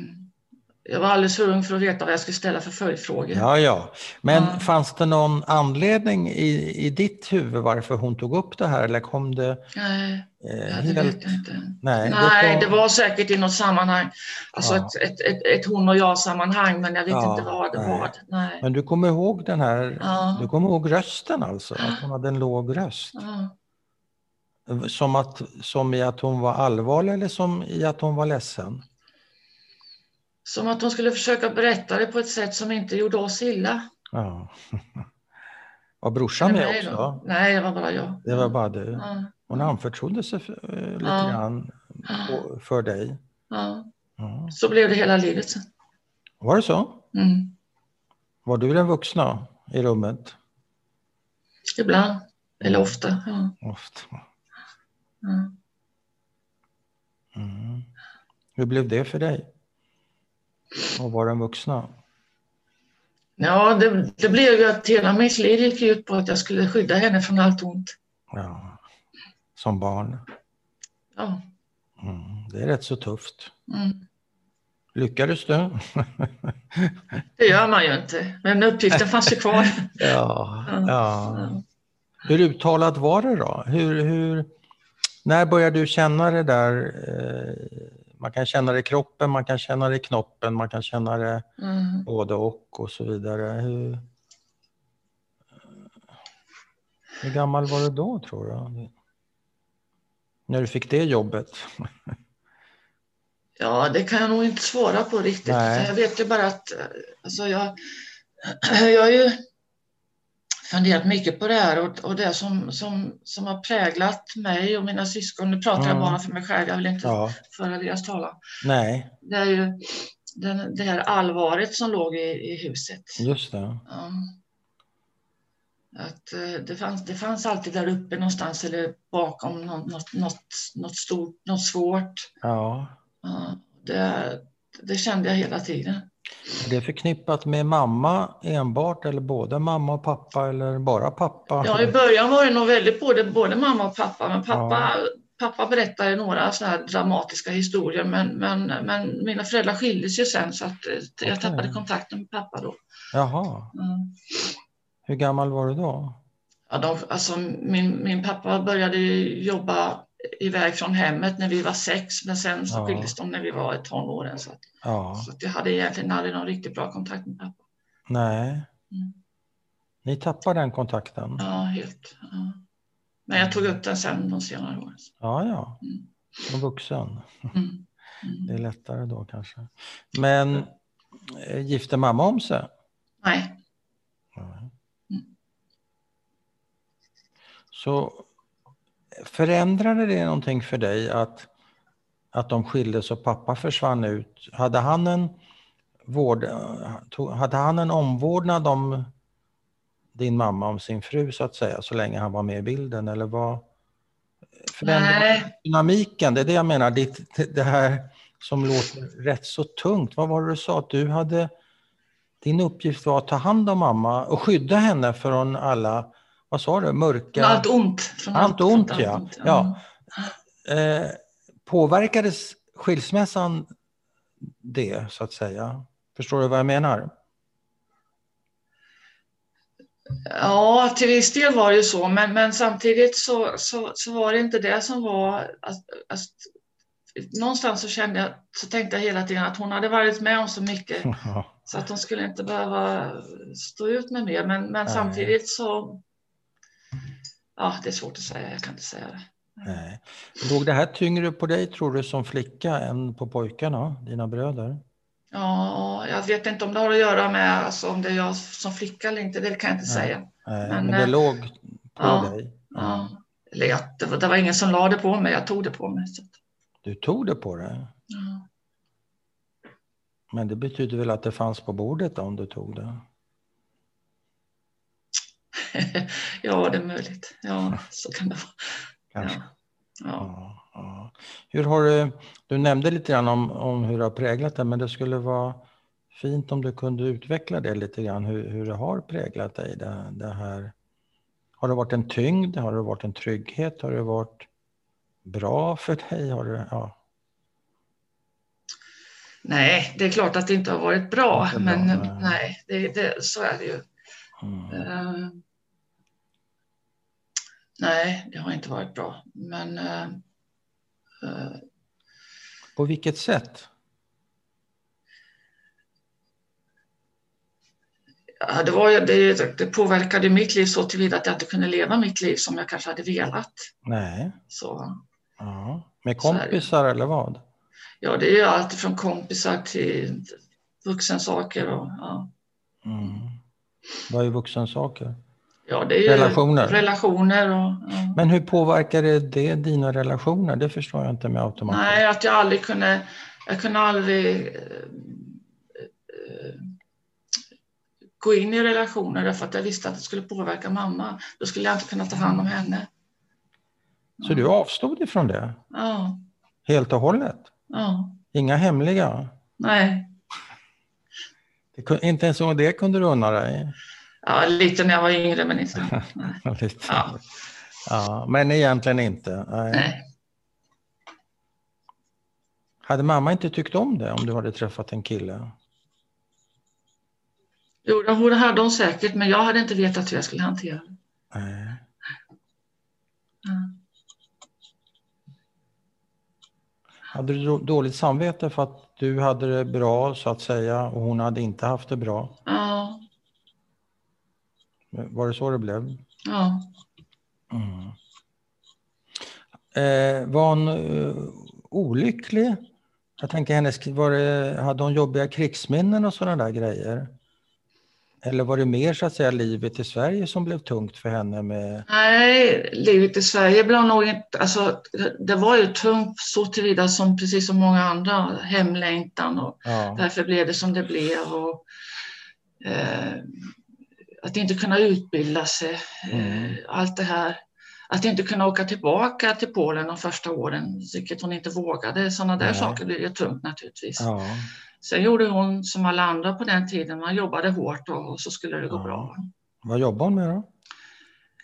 Speaker 2: Jag var alldeles för ung för att veta vad jag skulle ställa för följdfrågor.
Speaker 1: Ja, ja. Men
Speaker 2: Ja.
Speaker 1: fanns det någon anledning i, i ditt huvud varför hon tog upp det här? Eller kom det
Speaker 2: Nej,
Speaker 1: eh,
Speaker 2: ja, det
Speaker 1: helt...
Speaker 2: vet jag inte.
Speaker 1: Nej,
Speaker 2: Nej, det
Speaker 1: kom-
Speaker 2: var säkert i något sammanhang. Alltså
Speaker 1: Ja.
Speaker 2: ett, ett, ett, ett hon och jag-sammanhang, men jag vet
Speaker 1: Ja,
Speaker 2: inte vad det
Speaker 1: nej.
Speaker 2: var. Nej.
Speaker 1: Men du kommer ihåg den här...
Speaker 2: Ja.
Speaker 1: Du kommer ihåg rösten alltså? Att hon hade en låg röst?
Speaker 2: Ja.
Speaker 1: Som, att, som i att hon var allvarlig eller som i att hon var ledsen?
Speaker 2: Som att hon skulle försöka berätta det på ett sätt som inte gjorde oss illa.
Speaker 1: Ja. Var brorsan
Speaker 2: Eller
Speaker 1: med
Speaker 2: mig då.
Speaker 1: också?
Speaker 2: Nej, det var bara jag.
Speaker 1: Det var bara du.
Speaker 2: Ja,
Speaker 1: Hon anförtrodde sig för, eh, lite
Speaker 2: Ja.
Speaker 1: grann
Speaker 2: ja,
Speaker 1: på, för dig.
Speaker 2: ja.
Speaker 1: Ja.
Speaker 2: Så blev det hela livet sen.
Speaker 1: Var det så?
Speaker 2: Mm.
Speaker 1: Var du den vuxna i rummet?
Speaker 2: Ibland, eller ofta. Ja.
Speaker 1: Ofta.
Speaker 2: Ja.
Speaker 1: Mm. Hur blev det för dig? Att vara den vuxna?
Speaker 2: Ja, det, det blev ju att hela mitt liv gick ut på att jag skulle skydda henne från allt ont.
Speaker 1: Ja. Som barn?
Speaker 2: Ja.
Speaker 1: Mm. Det är rätt så tufft.
Speaker 2: Mm.
Speaker 1: Lyckades du?
Speaker 2: Det gör man ju inte, men uppgiften fanns ju kvar.
Speaker 1: Ja. ja.
Speaker 2: Ja.
Speaker 1: Hur uttalat var det då? Hur, hur, när började du känna det där? Eh, man kan känna det i kroppen, man kan känna det i knoppen, man kan känna det
Speaker 2: Mm.
Speaker 1: både och och så vidare. Hur, eh, hur gammal var du då tror du? När du fick det jobbet?
Speaker 2: Ja, det kan jag nog inte svara på riktigt.
Speaker 1: Nej.
Speaker 2: Jag vet ju bara att eh, alltså jag, jag har ju funderat mycket på det här och, och det som, som, som har präglat mig och mina syskon, nu pratar
Speaker 1: Mm.
Speaker 2: jag bara för mig själv, jag vill inte
Speaker 1: Ja,
Speaker 2: föra deras talan.
Speaker 1: nej,
Speaker 2: Det är ju den, det här allvaret som låg i, i huset.
Speaker 1: just det.
Speaker 2: Ja. Att eh, det fanns, det fanns alltid där uppe någonstans eller bakom något, något, något, något stort, något svårt.
Speaker 1: Ja.
Speaker 2: Ja, det, det kände jag hela tiden.
Speaker 1: Är det förknippat med mamma enbart eller både mamma och pappa eller bara pappa?
Speaker 2: Ja, I början var det nog väldigt både, både mamma och pappa, men pappa, pappa berättade några sådana här dramatiska historier, men, men, men mina föräldrar skildes ju sen så att eh,
Speaker 1: Okej.
Speaker 2: jag tappade kontakten med pappa då.
Speaker 1: Jaha,
Speaker 2: Mm.
Speaker 1: hur gammal var du då?
Speaker 2: Ja, de, alltså, min, min pappa började ju jobba iväg från hemmet när vi var sex, men sen så
Speaker 1: Ja.
Speaker 2: skildes de när vi var i tonåren. Så, att,
Speaker 1: Ja.
Speaker 2: så att jag hade egentligen aldrig någon riktigt bra kontakt med pappa.
Speaker 1: Nej.
Speaker 2: Mm.
Speaker 1: Ni tappar den kontakten?
Speaker 2: Ja, helt. Ja. Men jag tog upp den sen de senare åren.
Speaker 1: Ja, ja.
Speaker 2: Mm.
Speaker 1: Som vuxen.
Speaker 2: Mm.
Speaker 1: Det
Speaker 2: Mm.
Speaker 1: är lättare då kanske. Men eh, gifte mamma om sig?
Speaker 2: Nej,
Speaker 1: Nej. Så förändrade det någonting för dig att, att de skildes och pappa försvann ut? Hade han en, vård, tog- hade han en omvårdnad om din mamma, om sin fru så att säga, så länge han var med i bilden? Eller vad förändrade
Speaker 2: nej.
Speaker 1: dynamiken, det är det jag menar, ditt, det här som låter rätt så tungt. Vad var det du sa att du hade? Din uppgift var att ta hand om mamma och skydda henne från alla, vad sa du,
Speaker 2: Från
Speaker 1: mörka...
Speaker 2: allt ont. Från
Speaker 1: Allt ont,
Speaker 2: från
Speaker 1: ja.
Speaker 2: ont.
Speaker 1: Ja. Eh, påverkades skilsmässan det, så att säga? Förstår du vad jag menar?
Speaker 2: ja, till viss del var det ju så, men, men samtidigt så, så, så var det inte det som var... Att, att, någonstans så kände jag, så tänkte jag hela tiden att hon hade varit med om så mycket
Speaker 1: Ja.
Speaker 2: så att hon skulle inte behöva stå ut med mer, men, men
Speaker 1: Nej.
Speaker 2: samtidigt så... Ja, det är svårt att säga, jag kan inte säga det.
Speaker 1: Nej. Låg det här tyngre på dig, tror du, som flicka än på pojkarna, dina bröder?
Speaker 2: Ja, jag vet inte om det har att göra med alltså, om det är jag som flicka eller inte, det kan jag inte
Speaker 1: Nej.
Speaker 2: säga.
Speaker 1: Nej, men,
Speaker 2: Men,
Speaker 1: det
Speaker 2: eh,
Speaker 1: låg på
Speaker 2: ja,
Speaker 1: dig?
Speaker 2: Ja. Eller jag, det, var, det var ingen som la det på mig, jag tog det på mig. Så. att,
Speaker 1: Du tog det på dig?
Speaker 2: Ja.
Speaker 1: Men det betyder väl att det fanns på bordet då, om du tog det?
Speaker 2: ja, det är möjligt. Ja, så kan det vara.
Speaker 1: Kanske.
Speaker 2: Ja. Ja.
Speaker 1: Ja, ja. Hur har du, du nämnde lite grann om, om hur du har präglat det, men det skulle vara fint om du kunde utveckla det lite grann, hur, hur det har präglat dig, det, det här. Har det varit en tyngd? Har det varit en trygghet? Har det varit bra för dig? Har det, ja.
Speaker 2: Nej, det är klart att det inte har varit bra,
Speaker 1: Inte bra,
Speaker 2: men
Speaker 1: nej.
Speaker 2: nej, det, det, så är det ju.
Speaker 1: mm.
Speaker 2: Eh, nej, det har inte varit bra, men eh, eh,
Speaker 1: På vilket sätt?
Speaker 2: Ja, det, var, ju- det, det påverkade mitt liv så tillvida att jag inte kunde leva mitt liv som jag kanske hade velat.
Speaker 1: Nej.
Speaker 2: Så,
Speaker 1: Ja. Med
Speaker 2: Så är det.
Speaker 1: kompisar eller vad?
Speaker 2: ja, det är ju allt från kompisar till vuxensaker. Och, ja.
Speaker 1: Mm. Vad är vuxensaker?
Speaker 2: Mm. Ja, det är ju
Speaker 1: Relationer.
Speaker 2: relationer och, ja.
Speaker 1: Men hur påverkade det dina relationer? Det förstår jag inte med automatik.
Speaker 2: Nej, att jag aldrig kunde... Jag kunde aldrig eh, eh, gå in i relationer därför att jag visste att det skulle påverka mamma. Då skulle jag inte kunna ta hand om henne.
Speaker 1: Så du avstod ifrån det
Speaker 2: Ja,
Speaker 1: helt och hållet?
Speaker 2: ja,
Speaker 1: Inga hemliga?
Speaker 2: nej.
Speaker 1: Det, kun- inte ens om det kunde du unna dig?
Speaker 2: Ja, lite när jag var yngre, men inte.
Speaker 1: Lite.
Speaker 2: Ja.
Speaker 1: Ja, men egentligen inte? Nej.
Speaker 2: Nej.
Speaker 1: Hade mamma inte tyckt om det om du hade träffat en kille?
Speaker 2: Jo, det hon hade hon säkert, men jag hade inte vetat hur jag skulle hantera det.
Speaker 1: Nej.
Speaker 2: Mm.
Speaker 1: Hade du då- dåligt samvete för att du hade det bra så att säga och hon hade inte haft det bra?
Speaker 2: Ja,
Speaker 1: Var det så det blev?
Speaker 2: ja.
Speaker 1: Mm. Eh, var hon eh, olycklig? Jag tänker, hennes, var det, hade hon jobbiga krigsminnen och sådana där grejer? Eller var det mer så att säga livet i Sverige som blev tungt för henne? Med,
Speaker 2: Nej, livet i Sverige blev nog inte... Alltså, det- det var ju tungt så tillvida som precis som många andra, hemlängtan och
Speaker 1: ja,
Speaker 2: därför blev det som det blev. Och, eh, att inte kunna utbilda sig, eh,
Speaker 1: Mm.
Speaker 2: allt det här. Att inte kunna åka tillbaka till Polen de första åren, vilket hon inte vågade. Sådana där
Speaker 1: Nej.
Speaker 2: saker blir ju tungt naturligtvis.
Speaker 1: ja,
Speaker 2: Sen gjorde hon som alla andra på den tiden, man jobbade hårt och, och så skulle det gå
Speaker 1: Ja.
Speaker 2: bra.
Speaker 1: vad jobbar hon med då?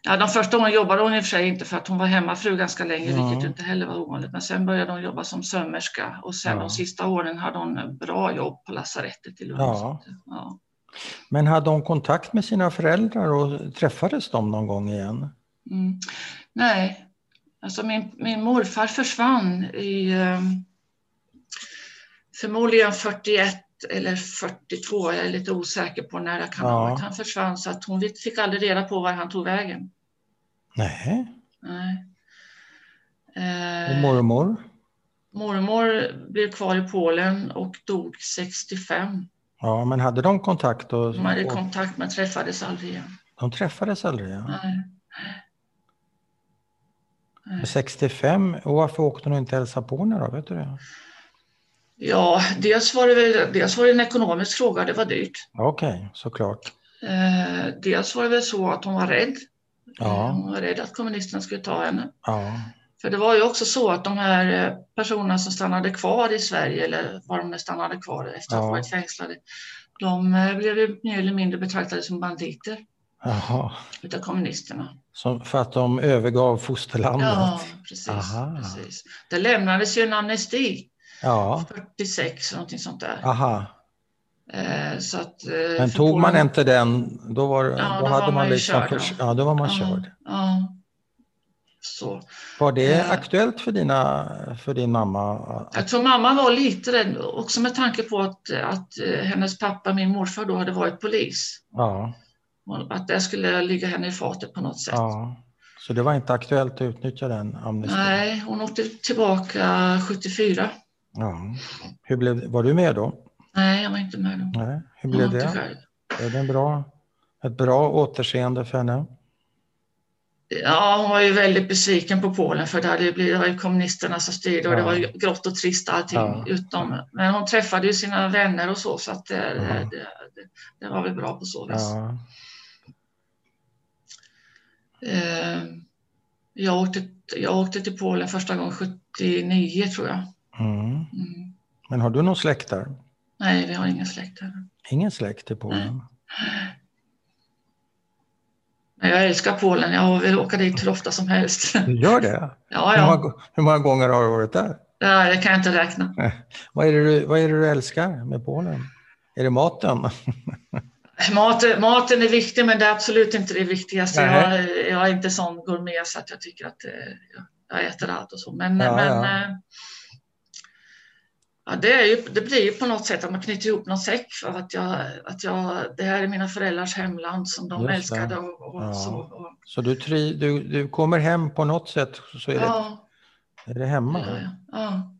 Speaker 2: Ja, de första åren jobbade hon i och för sig inte för att hon var hemmafru ganska länge,
Speaker 1: Ja.
Speaker 2: vilket ju inte heller var ovanligt. Men sen började hon jobba som sömmerska och sen
Speaker 1: Ja.
Speaker 2: de sista åren hade hon bra jobb på lasarettet i Lund.
Speaker 1: Ja.
Speaker 2: Så att, Ja.
Speaker 1: Men hade hon kontakt med sina föräldrar och träffades de någon gång igen?
Speaker 2: Mm. Nej, alltså min, min morfar försvann i eh, förmodligen 41 eller 42, jag är lite osäker på när det kan ha
Speaker 1: Ja.
Speaker 2: varit. Han försvann så att hon fick aldrig reda på var han tog vägen.
Speaker 1: Nej,
Speaker 2: Nej.
Speaker 1: och
Speaker 2: Eh,
Speaker 1: mormor?
Speaker 2: mormor blev kvar i Polen och dog 65.
Speaker 1: Ja, men hade de kontakt? Och,
Speaker 2: De hade
Speaker 1: och,
Speaker 2: kontakt men träffades aldrig igen.
Speaker 1: de träffades aldrig? Ja.
Speaker 2: Nej. Nej.
Speaker 1: 65, och varför åkte hon inte hälsa på henne då? Vet du det?
Speaker 2: Ja, dels var det, väl, dels var det en ekonomisk fråga, det var dyrt.
Speaker 1: Okej, såklart.
Speaker 2: Eh, dels var det väl så att hon var rädd.
Speaker 1: Ja.
Speaker 2: Eh, Hon var rädd att kommunisterna skulle ta henne.
Speaker 1: Ja,
Speaker 2: För det var ju också så att de här eh, personerna som stannade kvar i Sverige, eller var de nu stannade kvar efter att
Speaker 1: Ja.
Speaker 2: ha varit fängslade, de eh, blev ju mer eller mindre betraktade som banditer
Speaker 1: jaha.
Speaker 2: utav kommunisterna.
Speaker 1: Som, för att de övergav fosterlandet?
Speaker 2: Ja, precis,
Speaker 1: Aha.
Speaker 2: precis. Det lämnades ju en amnesti
Speaker 1: Ja,
Speaker 2: 46 eller någonting sånt där.
Speaker 1: aha.
Speaker 2: Eh, så att, eh,
Speaker 1: Men
Speaker 2: för
Speaker 1: tog man
Speaker 2: Polen-
Speaker 1: inte den, då var, då
Speaker 2: då
Speaker 1: hade
Speaker 2: var
Speaker 1: man,
Speaker 2: man ju
Speaker 1: liksom...
Speaker 2: körd
Speaker 1: För,
Speaker 2: då.
Speaker 1: ja, då var man
Speaker 2: Ja,
Speaker 1: körd.
Speaker 2: Ja. Så.
Speaker 1: Var det
Speaker 2: Eh.
Speaker 1: aktuellt för, dina, för din mamma?
Speaker 2: Jag tror mamma var lite rädd, också med tanke på att, att eh, hennes pappa, min morfar, då hade varit polis.
Speaker 1: Ja,
Speaker 2: Och Att det skulle ligga henne i fatet på något sätt.
Speaker 1: ja. Så det var inte aktuellt att utnyttja den amnestin?
Speaker 2: Nej, hon åkte tillbaka 74.
Speaker 1: Ja. Hur blev, var du med då?
Speaker 2: Nej, jag var inte med då.
Speaker 1: Nej. Hur
Speaker 2: Hon
Speaker 1: blev
Speaker 2: åkte
Speaker 1: det?
Speaker 2: själv.
Speaker 1: Blev det en bra, ett bra återseende för henne?
Speaker 2: Ja, hon var ju väldigt besviken på Polen för det hade ju blivit, det var ju kommunisterna som styrde och det
Speaker 1: Ja.
Speaker 2: var ju grått och trist allting.
Speaker 1: Ja.
Speaker 2: Utom, men hon träffade ju sina vänner och så, så att det,
Speaker 1: Ja.
Speaker 2: det, det, det var väl bra på så vis.
Speaker 1: Ja.
Speaker 2: Eh, jag, åkte, jag åkte till Polen första gången 79 tror jag.
Speaker 1: Mm.
Speaker 2: Mm.
Speaker 1: Men har du någon släkt där?
Speaker 2: Nej, vi har ingen släkt här.
Speaker 1: Ingen släkt i Polen?
Speaker 2: Men jag älskar Polen. Jag vill åka dit hur ofta som helst.
Speaker 1: Du gör det?
Speaker 2: Ja,
Speaker 1: Hur,
Speaker 2: ja.
Speaker 1: många, hur många gånger har du varit där?
Speaker 2: Nej, Det kan jag inte räkna.
Speaker 1: Vad är, det du, vad är det du älskar med Polen? Är det maten?
Speaker 2: Maten, maten är viktig, men det är absolut inte det viktigaste.
Speaker 1: Nej.
Speaker 2: Jag, jag är inte sån gourmet så att jag tycker att eh, jag- jag äter allt och så. Men,
Speaker 1: Ja,
Speaker 2: men
Speaker 1: ja.
Speaker 2: eh, ja, det, är ju, det blir ju på något sätt att man knyter ihop någon säck för att jag, att jag, det här är mina föräldrars hemland som de
Speaker 1: Just det.
Speaker 2: älskade och, och
Speaker 1: Ja.
Speaker 2: så. Och,
Speaker 1: Så du, tri, du, du kommer hem på något sätt så är det,
Speaker 2: ja,
Speaker 1: är det
Speaker 2: det
Speaker 1: hemma?
Speaker 2: gör jag. Ja.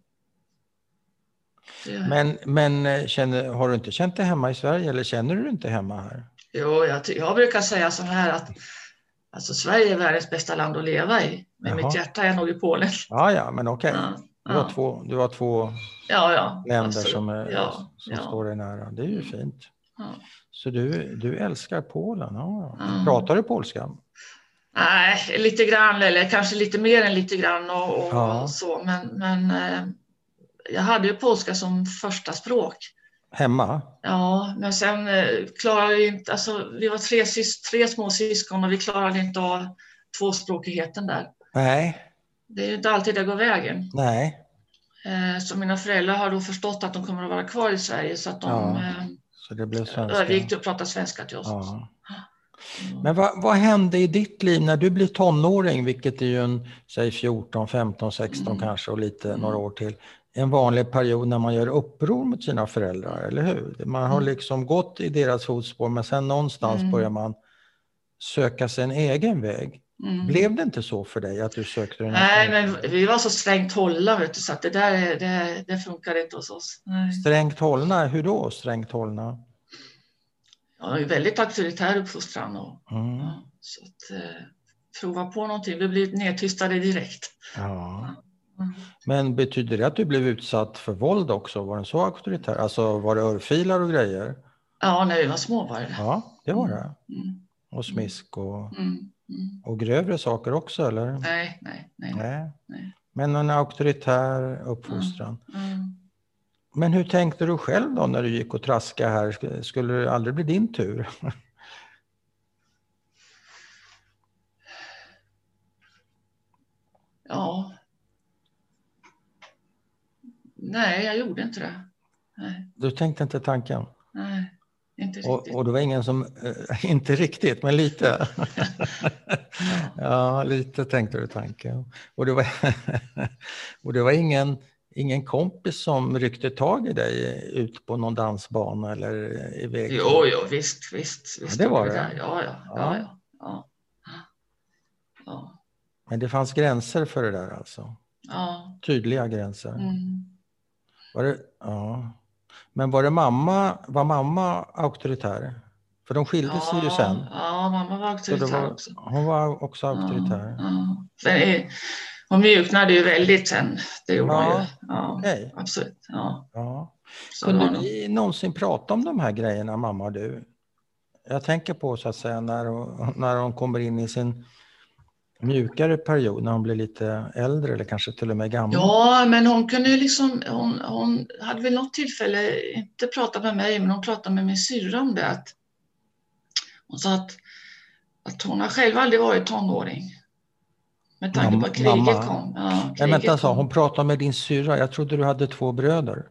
Speaker 2: Det gör jag.
Speaker 1: Men, men eh, känner, har du inte känt dig hemma i Sverige eller känner du dig inte hemma här?
Speaker 2: Jo, jag, ty- jag brukar säga så här att alltså, Sverige är världens bästa land att leva i. Men
Speaker 1: Jaha.
Speaker 2: mitt hjärta är nog i Polen.
Speaker 1: Ja, ja, men okej.
Speaker 2: Ja,
Speaker 1: Du, har
Speaker 2: ja.
Speaker 1: två, du har två
Speaker 2: Ja, ja. Alltså,
Speaker 1: länder
Speaker 2: absolut.
Speaker 1: som, är,
Speaker 2: ja,
Speaker 1: som
Speaker 2: ja.
Speaker 1: står dig nära. Det är ju fint.
Speaker 2: Ja.
Speaker 1: Så du, du älskar Polen? Ja. ja.
Speaker 2: Mm.
Speaker 1: Pratar du polska?
Speaker 2: Nej, lite grann eller kanske lite mer än lite grann och, och
Speaker 1: Ja.
Speaker 2: så. Men, men eh, jag hade ju polska som första språk.
Speaker 1: Hemma?
Speaker 2: Ja, men sen eh, klarade vi inte, alltså vi var tre, sys, tre små syskon och vi klarade inte av tvåspråkigheten där.
Speaker 1: Nej,
Speaker 2: Det är ju inte alltid det går vägen.
Speaker 1: nej.
Speaker 2: Eh, Så mina föräldrar har då förstått att de kommer att vara kvar i Sverige så att de
Speaker 1: Ja,
Speaker 2: eh,
Speaker 1: Så det blev svenska.
Speaker 2: övergick till att prata svenska till oss.
Speaker 1: Ja.
Speaker 2: Mm.
Speaker 1: Men vad, vad hände i ditt liv när du blev tonåring, vilket är ju en, säg 14, 15, 16
Speaker 2: Mm.
Speaker 1: kanske och lite
Speaker 2: Mm.
Speaker 1: några år till. En vanlig period när man gör uppror mot sina föräldrar, eller hur? Man har
Speaker 2: Mm.
Speaker 1: liksom gått i deras fotspår men sen någonstans
Speaker 2: Mm.
Speaker 1: börjar man söka sin egen väg.
Speaker 2: Mm.
Speaker 1: Blev det inte så för dig att du sökte din
Speaker 2: Nej,
Speaker 1: egen väg?
Speaker 2: men vi var så strängt hållna vet du, så att det där är- det, det funkar inte hos oss. Nej.
Speaker 1: Strängt hållna, hur då strängt hållna?
Speaker 2: Jag har ju väldigt auktoritär uppfostran och
Speaker 1: Mm.
Speaker 2: ja, så att eh, prova på någonting. Vi blir nedtystade direkt.
Speaker 1: Ja.
Speaker 2: Mm.
Speaker 1: Men betyder det att du blev utsatt för våld också? Var den så auktoritär? Alltså var det örfilar och grejer?
Speaker 2: Ja, när vi var små var det det.
Speaker 1: Ja, det var det.
Speaker 2: Mm.
Speaker 1: Och smisk och,
Speaker 2: Mm. Mm.
Speaker 1: och grövre saker också, eller?
Speaker 2: Nej, nej, nej. nej.
Speaker 1: Nej.
Speaker 2: Nej.
Speaker 1: Men en auktoritär uppfostran.
Speaker 2: Mm.
Speaker 1: Men hur tänkte du själv då när du gick och traskade här? Sk- Skulle det aldrig bli din tur?
Speaker 2: Ja. Nej, jag gjorde inte det. Nej,
Speaker 1: Du tänkte inte tanken?
Speaker 2: nej inte riktigt.
Speaker 1: Och, och det var ingen som, eh, inte riktigt, men lite. ja, lite tänkte du tanken. Och det var, och det var ingen, ingen kompis som ryckte tag i dig ut på någon dansbana eller iväg?
Speaker 2: Jo, jo, visst, visst. visst
Speaker 1: det var
Speaker 2: gjorde
Speaker 1: det.
Speaker 2: jag. Ja, ja, ja, ja. ja. ja.
Speaker 1: Men det fanns gränser för det där alltså?
Speaker 2: ja.
Speaker 1: Tydliga gränser?
Speaker 2: Mm.
Speaker 1: Var det, ja. Men var det mamma, var mamma auktoritär? För de skilde sig ju sen.
Speaker 2: Ja, mamma var
Speaker 1: Så det
Speaker 2: auktoritär
Speaker 1: var,
Speaker 2: också.
Speaker 1: hon var också auktoritär?
Speaker 2: Ja, ja. Sen är, hon mjuknade ju väldigt sen. Det gjorde
Speaker 1: Ja.
Speaker 2: hon ju. Ja,
Speaker 1: Okej.
Speaker 2: absolut. Ja.
Speaker 1: Ja.
Speaker 2: Så det var
Speaker 1: Kunde
Speaker 2: nog-
Speaker 1: ni någonsin prata om de här grejerna, mamma och du? Jag tänker på så att säga när hon, när hon kommer in i sin mjukare period, när hon blir lite äldre eller kanske till och med gammal.
Speaker 2: Ja, men hon kunde ju liksom, hon, hon hade väl något tillfälle, inte pratat med mig, men hon pratade med min syrra om det. Att, hon sa att, att hon har själv aldrig varit tonåring. Med tanke på att kriget
Speaker 1: Mamma.
Speaker 2: kom. Ja, kriget
Speaker 1: Men vänta, sa
Speaker 2: kom.
Speaker 1: hon pratade med din syrra. Jag trodde du hade två bröder.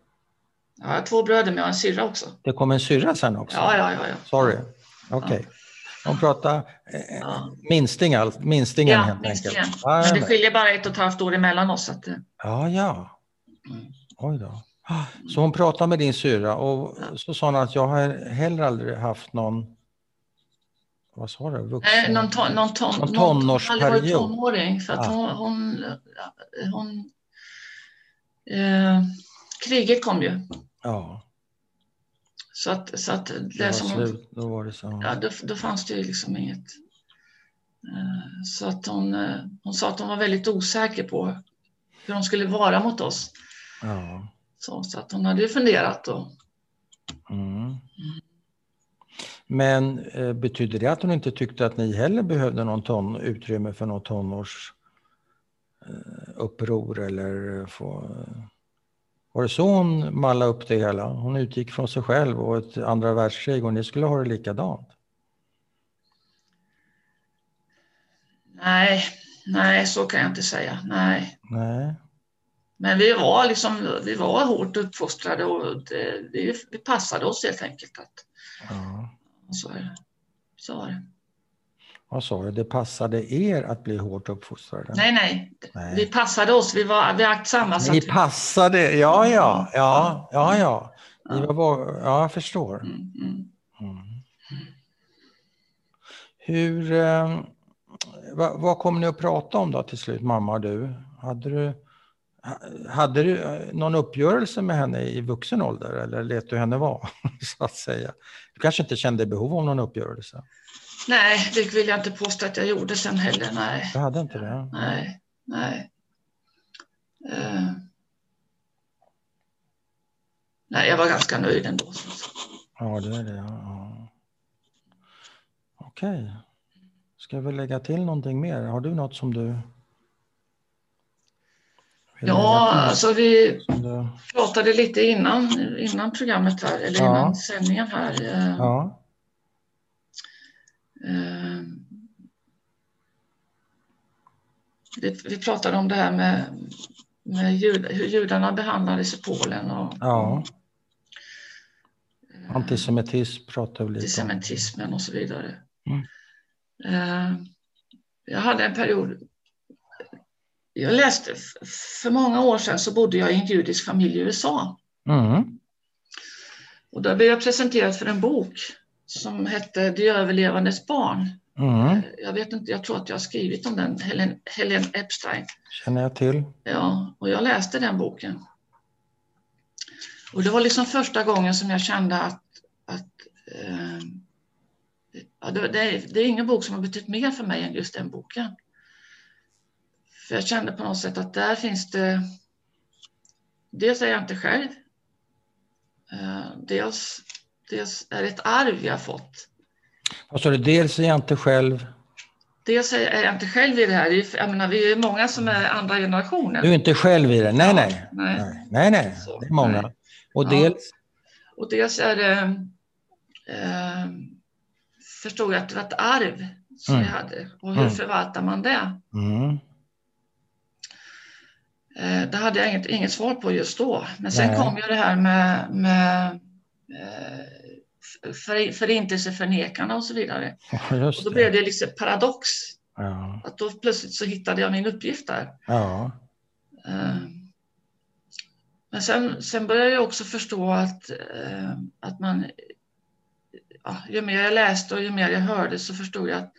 Speaker 2: Ja, jag har två bröder, men jag har en syrra också.
Speaker 1: Det kom en syrra sen också?
Speaker 2: Ja, ja, ja. ja.
Speaker 1: Sorry. Okej. Hon pratade eh,
Speaker 2: Ja,
Speaker 1: minsting allt, minstingen
Speaker 2: ja
Speaker 1: helt
Speaker 2: minst
Speaker 1: enkelt.
Speaker 2: igen.
Speaker 1: Ja,
Speaker 2: Men det
Speaker 1: men-
Speaker 2: skiljer bara ett och ett halvt år emellan oss. Så att, eh,
Speaker 1: Ja, ja.
Speaker 2: Mm.
Speaker 1: Oj då. Ah, Så hon pratade med din syra och så sa hon att jag har heller aldrig haft någon, vad sa du,
Speaker 2: Nej,
Speaker 1: vuxen?
Speaker 2: Eh, någon, ton, någon, ton,
Speaker 1: Mm. Någon
Speaker 2: Hon har aldrig
Speaker 1: tonårsperiod.
Speaker 2: varit tonåring för att
Speaker 1: Ah.
Speaker 2: hon... hon, hon eh, kriget kom ju.
Speaker 1: Ja,
Speaker 2: Så att, så att
Speaker 1: det
Speaker 2: det
Speaker 1: var
Speaker 2: som hon,
Speaker 1: slut. Då var det så.
Speaker 2: ja, då, då fanns det ju liksom inget. Eh, så att hon, eh, hon sa att hon var väldigt osäker på hur hon skulle vara mot oss.
Speaker 1: Ja.
Speaker 2: Mm. Så, så att hon hade ju funderat då.
Speaker 1: Mm. Men eh, betyder det att hon inte tyckte att ni heller behövde någon ton, utrymme för något tonårsuppror? Eh, eller få, eh, var det så hon mallade upp det hela? Hon utgick från sig själv och ett andra världskrig och ni skulle ha det likadant?
Speaker 2: Nej, nej, så kan jag inte säga. Nej.
Speaker 1: Nej.
Speaker 2: Men vi var, liksom, vi var hårt uppfostrade och det, vi, vi passade oss helt enkelt. Att,
Speaker 1: Ja.
Speaker 2: så, är det. så var det.
Speaker 1: Vad sa du? Det passade er att bli hårt uppfostrade?
Speaker 2: Nej, nej.
Speaker 1: Nej.
Speaker 2: Vi passade oss. Vi var vi aktsamma. Så
Speaker 1: Ni
Speaker 2: att vi,
Speaker 1: passade, ja, ja, ja, ja, ja. Ni var,
Speaker 2: Ja.
Speaker 1: var- ja jag förstår.
Speaker 2: mm, mm.
Speaker 1: Mm. Hur, eh, vad, vad kom ni att prata om då till slut, mamma och du? Hade du, ha- hade du eh, någon uppgörelse med henne i vuxen ålder eller lät du henne vara? Så att säga. Du kanske inte kände behov av någon uppgörelse?
Speaker 2: nej, det vill jag inte påstå att jag gjorde sen heller. Nej,
Speaker 1: Du hade inte det?
Speaker 2: nej, nej. Eh. nej, jag var ganska nöjd ändå.
Speaker 1: Ja, det är det. ja, Ja. Okej. Ska vi lägga till någonting mer? Har du något som du... vill lägga
Speaker 2: Ja,
Speaker 1: till?
Speaker 2: alltså vi
Speaker 1: Som du...
Speaker 2: pratade lite innan, innan programmet här, eller
Speaker 1: Ja.
Speaker 2: innan sändningen här. eh,
Speaker 1: Ja.
Speaker 2: Eh, Vi, vi pratade om det här med, med jud, hur judarna behandlades i Polen och
Speaker 1: ja.
Speaker 2: eh,
Speaker 1: Antisemitism pratar vi lite om.
Speaker 2: antisemitismen och så vidare.
Speaker 1: Mm.
Speaker 2: Eh, Jag hade en period, jag läste, f- för många år sedan så bodde jag i en judisk familj i USA
Speaker 1: Mm.
Speaker 2: och där blev jag presenterad för en bok som hette De överlevandes barn.
Speaker 1: Mm.
Speaker 2: Jag vet inte, jag tror att jag har skrivit om den, Helen, Helen Epstein.
Speaker 1: Känner jag till.
Speaker 2: Ja, och jag läste den boken. Och det var liksom första gången som jag kände att, att eh, ja, det, det, är, det är ingen bok som har betytt mer för mig än just den boken. För jag kände på något sätt att där finns det, dels är jag inte själv, eh, dels, dels är det ett arv jag fått.
Speaker 1: Alltså, dels är jag inte själv...
Speaker 2: Dels är jag inte själv i det här, Det är- jag menar, vi är många som är andra generationen.
Speaker 1: Du är inte själv i det. Nej, nej.
Speaker 2: Nej.
Speaker 1: Nej, nej. nej. Det är många. Och
Speaker 2: Ja.
Speaker 1: dels...
Speaker 2: Och dels är det, eh, förstod jag att det var ett arv som
Speaker 1: Mm.
Speaker 2: jag hade. Och hur
Speaker 1: Mm.
Speaker 2: förvaltar man det?
Speaker 1: Mm.
Speaker 2: Eh, det hade jag inget, inget svar på just då. Men sen
Speaker 1: Nej.
Speaker 2: kom ju det här med, med eh, för, förintelseförnekarna och så vidare.
Speaker 1: Ja,
Speaker 2: Och
Speaker 1: Just
Speaker 2: då blev
Speaker 1: det.
Speaker 2: det liksom paradox.
Speaker 1: Ja.
Speaker 2: Att då plötsligt så hittade jag min uppgift där.
Speaker 1: Ja.
Speaker 2: Eh, Men sen, sen började jag också förstå att, eh, att man, ja, ju mer jag läste och ju mer jag hörde så förstod jag att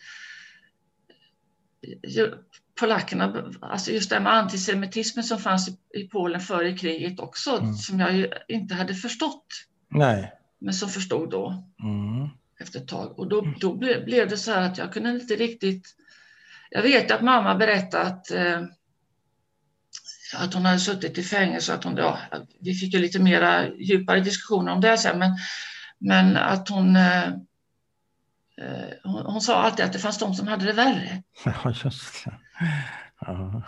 Speaker 2: ju, polackerna, alltså just det här med antisemitismen som fanns i, i Polen före kriget också,
Speaker 1: Mm.
Speaker 2: som jag ju inte hade förstått,
Speaker 1: Nej.
Speaker 2: men som förstod då
Speaker 1: Mm.
Speaker 2: efter ett tag. Och då, då ble, blev det så här att jag kunde inte riktigt... Jag vet att mamma berättade att, eh, att hon hade suttit i fängelse. Att hon, ja, vi fick ju lite mera djupare diskussioner om det sen. Men, men att hon, eh, eh, hon... Hon sa alltid att det fanns de som hade det värre.
Speaker 1: Ja, just det. Ja.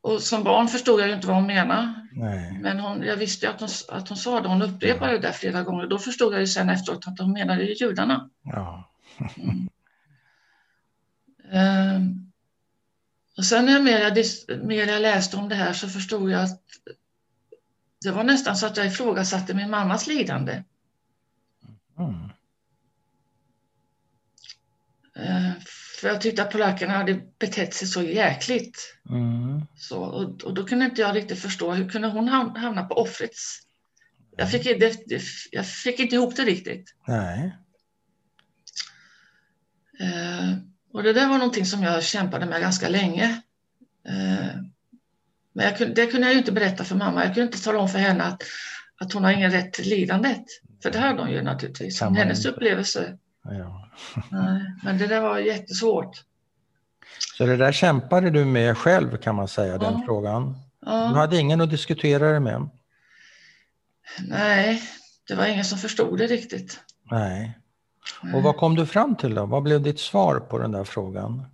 Speaker 2: Och som barn förstod jag ju inte vad hon menade.
Speaker 1: Nej.
Speaker 2: Men hon, jag visste ju att hon, att hon sa det. Hon upprepade det där flera gånger. Då förstod jag ju sen efteråt att hon menade ju judarna.
Speaker 1: Ja.
Speaker 2: Mm. Ehm, och sen när jag mer, jag dis- mer jag läste om det här så förstod jag att det var nästan så att jag ifrågasatte min mammas lidande.
Speaker 1: Mm.
Speaker 2: Ehm, för jag tyckte att polackerna hade betett sig så jäkligt.
Speaker 1: Mm.
Speaker 2: Så, och, och då kunde inte jag riktigt förstå hur kunde hon ham- hamna på offrets... Jag fick, i- det, det, jag fick inte ihop det riktigt.
Speaker 1: Nej.
Speaker 2: Eh, och det där var någonting som jag kämpade med ganska länge. Eh, men jag kunde, det kunde jag ju inte berätta för mamma. Jag kunde inte tala om för henne att, att hon har ingen rätt till lidandet. För det hade hon ju naturligtvis.
Speaker 1: Kan man
Speaker 2: Hennes
Speaker 1: inte.
Speaker 2: upplevelse.
Speaker 1: Ja.
Speaker 2: Nej, men det där var jättesvårt.
Speaker 1: Så det där kämpade du med själv kan man säga, den
Speaker 2: Ja.
Speaker 1: frågan. Du
Speaker 2: Ja,
Speaker 1: hade ingen att diskutera det med.
Speaker 2: nej, det var ingen som förstod det riktigt.
Speaker 1: Nej. Och
Speaker 2: Mm.
Speaker 1: vad kom du fram till då? Vad blev ditt svar på den där frågan?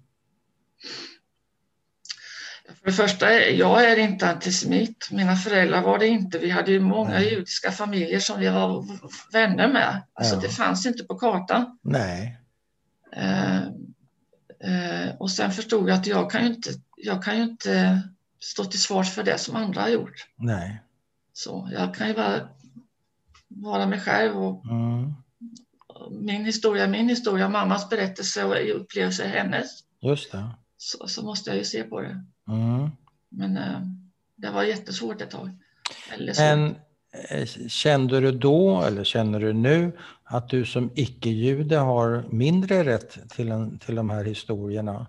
Speaker 2: För det första, jag är inte antisemit. Mina föräldrar var det inte. Vi hade ju många judiska familjer som vi var vänner med. Alltså
Speaker 1: Ja.
Speaker 2: det fanns inte på kartan.
Speaker 1: Nej.
Speaker 2: Eh, eh, och sen förstod jag att jag kan ju inte, jag kan ju inte stå till svars för det som andra har gjort.
Speaker 1: Nej.
Speaker 2: Så jag kan ju bara vara mig själv och
Speaker 1: Mm.
Speaker 2: min historia, är min historia, mammas berättelse och upplevelse är hennes.
Speaker 1: Just det.
Speaker 2: Så, så måste jag ju se på det.
Speaker 1: Mm.
Speaker 2: Men eh, det var jättesvårt ett tag. Eller så.
Speaker 1: Men eh, kände du då, eller känner du nu, att du som icke-jude har mindre rätt till, en, till de här historierna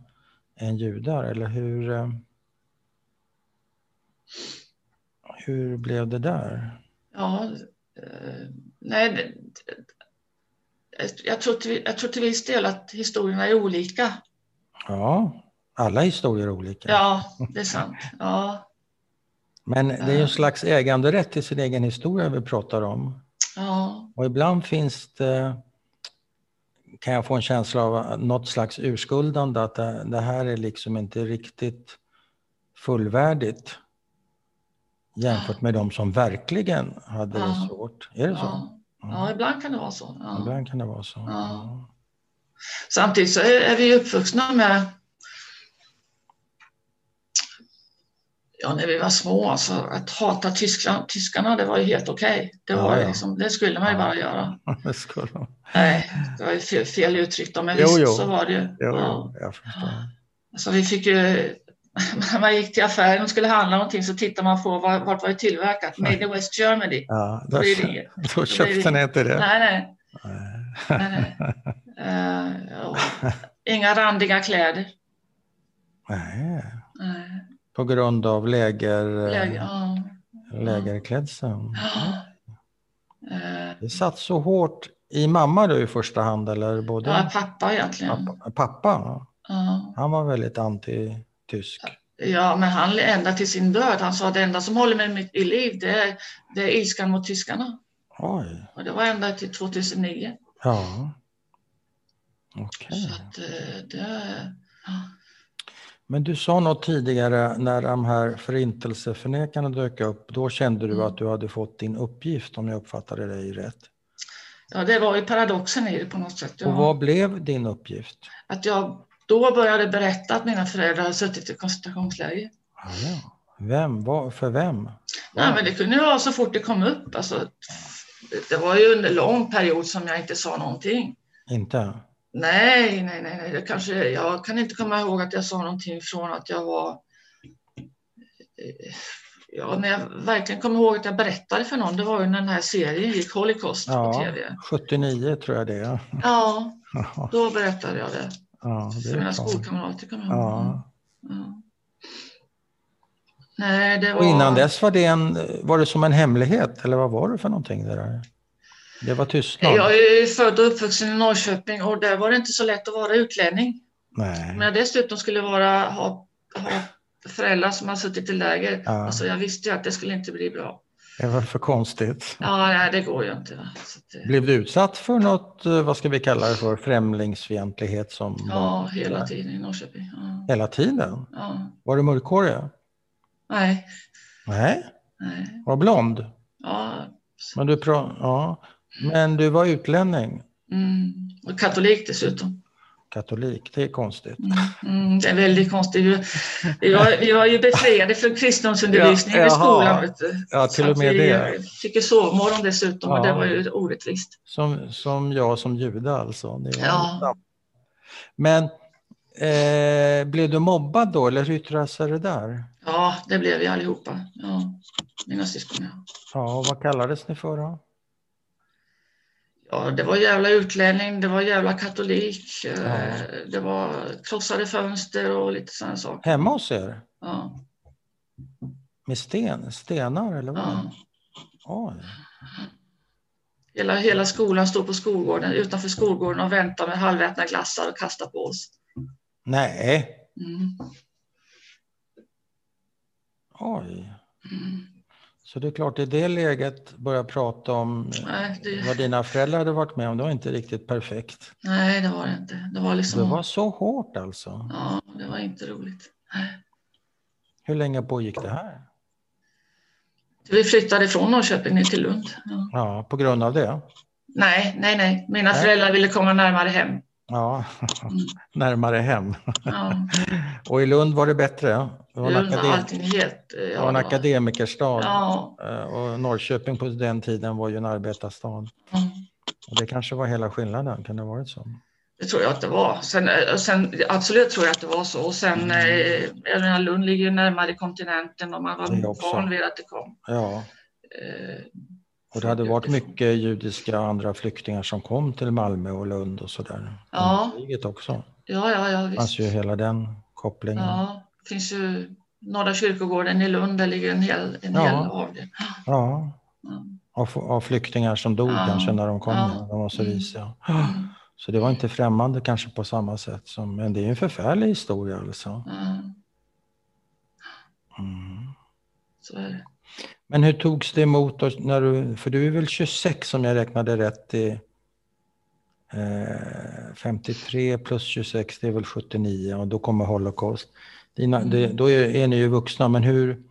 Speaker 1: än judar? Eller hur, eh, hur blev det där?
Speaker 2: Ja, eh, nej, det- det- jag tror, till, jag tror till viss del att historierna är olika.
Speaker 1: Ja, alla historier är olika.
Speaker 2: Ja, det är sant. Ja,
Speaker 1: Men det är ju en slags äganderätt till sin egen historia vi pratar om.
Speaker 2: ja,
Speaker 1: Och ibland finns det, kan jag få en känsla av något slags urskuldande, att det, det här är liksom inte riktigt fullvärdigt jämfört med de som verkligen hade det
Speaker 2: Ja.
Speaker 1: svårt. Är det så?
Speaker 2: ja, ja, ibland kan det vara så. Ja.
Speaker 1: Ibland kan det vara så.
Speaker 2: Ja. Samtidigt så är, är vi ju uppvuxna med Ja, när vi var små, alltså, att hata Tyskland, tyskarna, det var ju helt okej. Det, var
Speaker 1: Ja,
Speaker 2: ju
Speaker 1: ja.
Speaker 2: liksom, det skulle man ju bara göra.
Speaker 1: Ja. Det skulle man.
Speaker 2: Nej, det var ju fel, fel uttryckt, men
Speaker 1: Jo,
Speaker 2: visst
Speaker 1: jo.
Speaker 2: så var det ju.
Speaker 1: Jo,
Speaker 2: Ja.
Speaker 1: jo, jag förstår.
Speaker 2: Alltså vi fick ju, när man gick till affären och skulle handla någonting så tittade man på var- vart var det tillverkat. Made in West Germany.
Speaker 1: Ja,
Speaker 2: Då
Speaker 1: då,
Speaker 2: blir det inget.
Speaker 1: då köpte ni inte det.
Speaker 2: Nej, nej.
Speaker 1: Nej.
Speaker 2: nej, nej. Eh, och inga randiga kläder.
Speaker 1: Nej.
Speaker 2: Nej.
Speaker 1: På grund av läger, eh,
Speaker 2: Läge, ja.
Speaker 1: lägerklädseln.
Speaker 2: Ja. Eh,
Speaker 1: Det satt så hårt i mamma då i första hand, eller både
Speaker 2: Ja, pappa egentligen.
Speaker 1: pappa, pappa?
Speaker 2: Ja.
Speaker 1: Han var väldigt anti-tysk.
Speaker 2: ja, men han ända till sin död. Han sa det enda som håller mig i mitt- i liv det är, det är ilskan mot tyskarna.
Speaker 1: Oj,
Speaker 2: Och det var ända till 2009.
Speaker 1: Mm. ja. Okej.
Speaker 2: Så att eh, det...
Speaker 1: Men du sa något tidigare när de här förintelseförnekarna dök upp. Då kände du
Speaker 2: Mm.
Speaker 1: att du hade fått din uppgift, om jag uppfattade dig rätt.
Speaker 2: Ja, det var ju paradoxen i det på något sätt. Ja.
Speaker 1: Och vad blev din uppgift?
Speaker 2: Att jag då började berätta att mina föräldrar hade suttit i koncentrationsläger.
Speaker 1: Ja, ja. Vem? Vad- för vem?
Speaker 2: Nej, men det kunde ju vara så fort det kom upp. Alltså, det- det var ju en lång period som jag inte sa någonting.
Speaker 1: Inte?
Speaker 2: Nej, nej, nej, nej. Det kanske, jag kan inte komma ihåg att jag sa någonting från att jag var... eh, Ja, när jag verkligen kommer ihåg att jag berättade för någon, det var ju när den här serien gick, Holocaust, på
Speaker 1: Ja,
Speaker 2: tv.
Speaker 1: 79 tror jag det är.
Speaker 2: Ja,
Speaker 1: Ja,
Speaker 2: då berättade jag det.
Speaker 1: det
Speaker 2: För
Speaker 1: är
Speaker 2: mina
Speaker 1: klart.
Speaker 2: skolkamrater kommer jag ihåg.
Speaker 1: Ja.
Speaker 2: Ja. Nej, det var...
Speaker 1: Och innan dess var det, en, var det som en hemlighet, eller vad var det för någonting? Det, där? det var tystnad?
Speaker 2: Jag är ju född och uppvuxen i Norrköping och där var det inte så lätt att vara
Speaker 1: Mm.
Speaker 2: utlänning.
Speaker 1: Nej.
Speaker 2: Om jag dessutom skulle vara, ha, ha föräldrar som har suttit i läger,
Speaker 1: Ja.
Speaker 2: alltså jag visste ju att det skulle inte bli bra.
Speaker 1: Det var för konstigt.
Speaker 2: Ja, nej, det går ju inte. va. Så att, eh, det-
Speaker 1: Blev du utsatt för något, eh, vad ska vi kalla det för, främlingsfientlighet som var
Speaker 2: ja, hela tiden i Norrköping. Ja.
Speaker 1: hela tiden?
Speaker 2: Ja.
Speaker 1: Var du mörkhårig?
Speaker 2: Nej,
Speaker 1: Nej,
Speaker 2: nej.
Speaker 1: var blond.
Speaker 2: Ja.
Speaker 1: Men du, pra- ja. Men du var utlänning,
Speaker 2: Mm. Och katolik dessutom.
Speaker 1: katolik, det är konstigt.
Speaker 2: Mm, det är väldigt konstigt. Vi- Vi var, vi var ju befriade från kristendomsundervisning
Speaker 1: Ja,
Speaker 2: i
Speaker 1: jaha.
Speaker 2: skolan. Vet du.
Speaker 1: Ja,
Speaker 2: Så
Speaker 1: till och
Speaker 2: att
Speaker 1: med
Speaker 2: vi
Speaker 1: det.
Speaker 2: fick ju sovmorgon dessutom och
Speaker 1: Ja.
Speaker 2: det var ju orättvist.
Speaker 1: Som, som jag som jude alltså. Det var
Speaker 2: Ja.
Speaker 1: samma. Men eh, blev du mobbad då, eller hur yttrade sig det där?
Speaker 2: Ja, det blev vi allihopa. Ja, mina syskon. ja.
Speaker 1: Ja, och vad kallades ni för då?
Speaker 2: Ja, det var jävla utlänning, det var jävla katolik, eh,
Speaker 1: Ja.
Speaker 2: det var krossade fönster och lite sådana saker.
Speaker 1: Hemma hos er?
Speaker 2: Ja,
Speaker 1: Med sten, stenar eller vad?
Speaker 2: ja.
Speaker 1: Oj.
Speaker 2: Hela, hela skolan stod på skolgården, utanför skolgården och väntade med halvätna glassar och kastade på oss.
Speaker 1: Nej,
Speaker 2: Mm.
Speaker 1: oj.
Speaker 2: Mm.
Speaker 1: Så det är klart, i det läget börja prata om eh,
Speaker 2: Nej, det,
Speaker 1: vad dina föräldrar hade varit med om, det var inte riktigt perfekt.
Speaker 2: nej, det var det inte. Det var liksom...
Speaker 1: Det var så hårt alltså.
Speaker 2: Ja, det var inte roligt. Nej.
Speaker 1: Hur länge pågick det här?
Speaker 2: Vi flyttade från Norrköping ner till Lund. Ja.
Speaker 1: Ja, på grund av det?
Speaker 2: Nej, nej, nej. Mina
Speaker 1: Nej.
Speaker 2: föräldrar ville komma närmare hem.
Speaker 1: Ja,
Speaker 2: Mm.
Speaker 1: närmare hem.
Speaker 2: Ja.
Speaker 1: Och i Lund var det bättre? Det var en,
Speaker 2: Lund var
Speaker 1: akade-
Speaker 2: allting helt... eh, Ja,
Speaker 1: det var en
Speaker 2: det var-
Speaker 1: akademikerstad.
Speaker 2: Ja.
Speaker 1: Eh, Och Norrköping på den tiden var ju en arbetarstad.
Speaker 2: ja.
Speaker 1: Och det kanske var hela skillnaden, kan det ha varit så?
Speaker 2: Det tror jag att det var. Sen, eh, sen, absolut tror jag att det var så. Och
Speaker 1: Mm.
Speaker 2: sen, eh, jag menar, Lund ligger ju närmare kontinenten och man
Speaker 1: Det
Speaker 2: var
Speaker 1: också.
Speaker 2: van vid att det kom.
Speaker 1: Ja,
Speaker 2: Eh,
Speaker 1: och det hade
Speaker 2: folk
Speaker 1: varit
Speaker 2: utifrån.
Speaker 1: mycket judiska och andra flyktingar som kom till Malmö och Lund och sådär.
Speaker 2: Ja.
Speaker 1: Under Kriget också.
Speaker 2: Ja, ja, ja,
Speaker 1: Det
Speaker 2: visst.
Speaker 1: fanns ju hela den kopplingen. Ja.
Speaker 2: Ja, det finns ju Norra kyrkogården i Lund, där ligger en hel, en
Speaker 1: Ja.
Speaker 2: hel avdelning. Mm.
Speaker 1: Av, av flyktingar som dog
Speaker 2: Ja.
Speaker 1: kanske när de kom,
Speaker 2: Ja.
Speaker 1: när de var så
Speaker 2: Mm.
Speaker 1: risiga.
Speaker 2: Mm.
Speaker 1: Så det var inte främmande kanske på samma sätt. Som, men det är ju en förfärlig historia alltså.
Speaker 2: Ja,
Speaker 1: Mm.
Speaker 2: så är det.
Speaker 1: Men hur togs det emot oss när du, för du är väl 26 om jag räknade rätt i eh, 53 plus 26 det är väl 79 och då kommer Holocaust. Dina,
Speaker 2: Mm.
Speaker 1: det, då är, är ni ju vuxna men hur,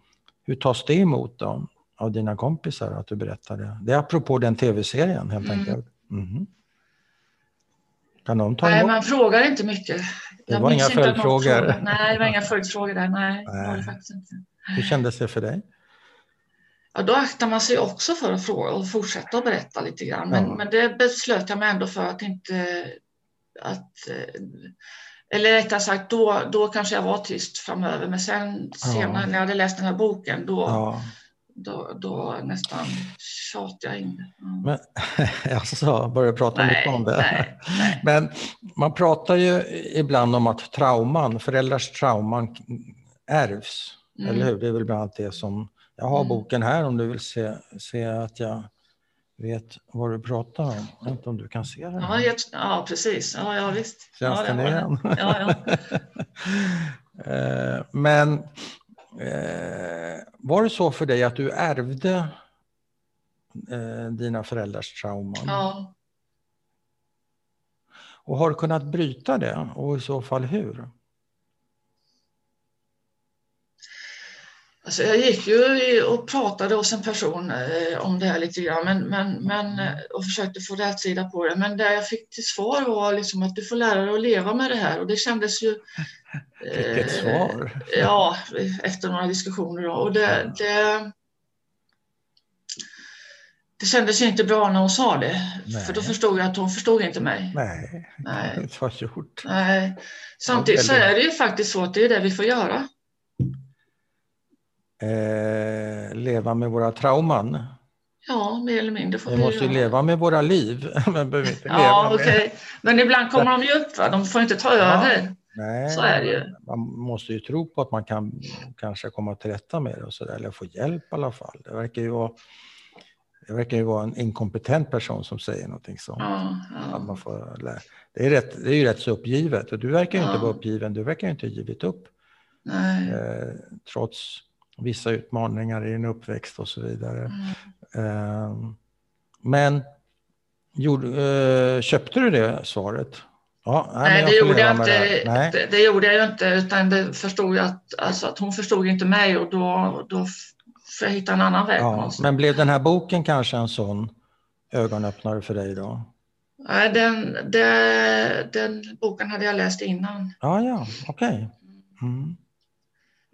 Speaker 1: hur tas det emot då? Av dina kompisar att du berättar det. Det är apropå den tv-serien helt
Speaker 2: Mm.
Speaker 1: enkelt. Mhm. Kan de ta
Speaker 2: Nej,
Speaker 1: emot?
Speaker 2: man frågar inte mycket.
Speaker 1: Det
Speaker 2: Jag
Speaker 1: var
Speaker 2: minns
Speaker 1: inga
Speaker 2: inte att någon
Speaker 1: följdfrågor.
Speaker 2: frågade. Nej, det var inga följdfrågor där. Nej, Det var
Speaker 1: Nej.
Speaker 2: det faktiskt inte.
Speaker 1: Hur kändes det för dig?
Speaker 2: Ja, då aktar man sig också för att fråga och fortsätta att berätta lite grann. Men,
Speaker 1: Ja.
Speaker 2: men det beslöt jag mig ändå för att inte... Att, eh, eller rättare sagt, då, då kanske jag var tyst framöver. Men sen
Speaker 1: Ja.
Speaker 2: senare när jag hade läst den här boken, då,
Speaker 1: Ja.
Speaker 2: då, då nästan tjatade jag in det. Mm.
Speaker 1: Men, alltså, börjar prata mycket om det.
Speaker 2: nej, nej.
Speaker 1: Men man pratar ju ibland om att trauman, föräldrars trauman ärvs.
Speaker 2: Mm.
Speaker 1: Eller hur? Det är väl bland annat det som... Jag har
Speaker 2: Mm.
Speaker 1: boken här om du vill se, se att jag vet vad du pratar om. Jag vet inte om du kan se den.
Speaker 2: Ja, jag, ja, precis. Ja, ja visst.
Speaker 1: Känns
Speaker 2: ja, jag
Speaker 1: den
Speaker 2: har
Speaker 1: igen?
Speaker 2: Ja, ja.
Speaker 1: Eh, Men eh, var det så för dig att du ärvde eh, dina föräldrars trauman?
Speaker 2: ja.
Speaker 1: Och har kunnat bryta det? Och i så fall hur?
Speaker 2: Alltså jag gick ju i- och pratade hos en person eh, om det här lite grann men, men, men, eh, och försökte få rätsida på det. Men det jag fick till svar var liksom att du får lära dig att leva med det här och det kändes ju...
Speaker 1: Vilket
Speaker 2: eh,
Speaker 1: svar!
Speaker 2: Ja, efter några diskussioner. då. Och det, det, det kändes ju inte bra när hon sa det.
Speaker 1: Nej.
Speaker 2: För då förstod jag att hon förstod inte mig.
Speaker 1: Nej,
Speaker 2: Nej.
Speaker 1: det var gjort.
Speaker 2: Nej. Samtidigt så
Speaker 1: väldigt-
Speaker 2: är det ju faktiskt så att det är det vi får göra.
Speaker 1: Eh, leva med våra trauman.
Speaker 2: Ja, mer eller mindre får
Speaker 1: Vi
Speaker 2: vi
Speaker 1: måste ju
Speaker 2: göra.
Speaker 1: leva med våra liv. Men behöver inte leva
Speaker 2: Ja,
Speaker 1: med.
Speaker 2: okej. Men ibland kommer de ju upp, va? de får inte ta över.
Speaker 1: Nej,
Speaker 2: Så är det ju.
Speaker 1: Man måste ju tro på att man kan kanske komma till rätta med det och så där, eller få hjälp i alla fall. Det verkar ju vara, det verkar ju vara en inkompetent person som säger någonting sånt.
Speaker 2: Ja,
Speaker 1: Att man
Speaker 2: ja.
Speaker 1: får lä- det, är rätt, det är ju rätt så uppgivet och du verkar ju inte
Speaker 2: Ja.
Speaker 1: vara uppgiven, du verkar ju inte ha givit upp.
Speaker 2: Nej.
Speaker 1: Eh, trots vissa utmaningar i din uppväxt och så vidare.
Speaker 2: Mm.
Speaker 1: Ehm, Men gjorde, eh, köpte du det svaret? Ja, nej,
Speaker 2: Nej,
Speaker 1: men
Speaker 2: det
Speaker 1: får
Speaker 2: gjorde,
Speaker 1: leva
Speaker 2: jag
Speaker 1: med
Speaker 2: inte,
Speaker 1: här. Nej.
Speaker 2: det, det gjorde jag ju inte, utan det förstod jag att, alltså, att hon förstod inte mig och då, då får jag hitta en annan väg.
Speaker 1: Ja,
Speaker 2: någonstans.
Speaker 1: men blev den här boken kanske en sån ögonöppnare för dig då?
Speaker 2: Nej, den, det, den boken hade jag läst innan.
Speaker 1: Ja, ja, okej. Mm.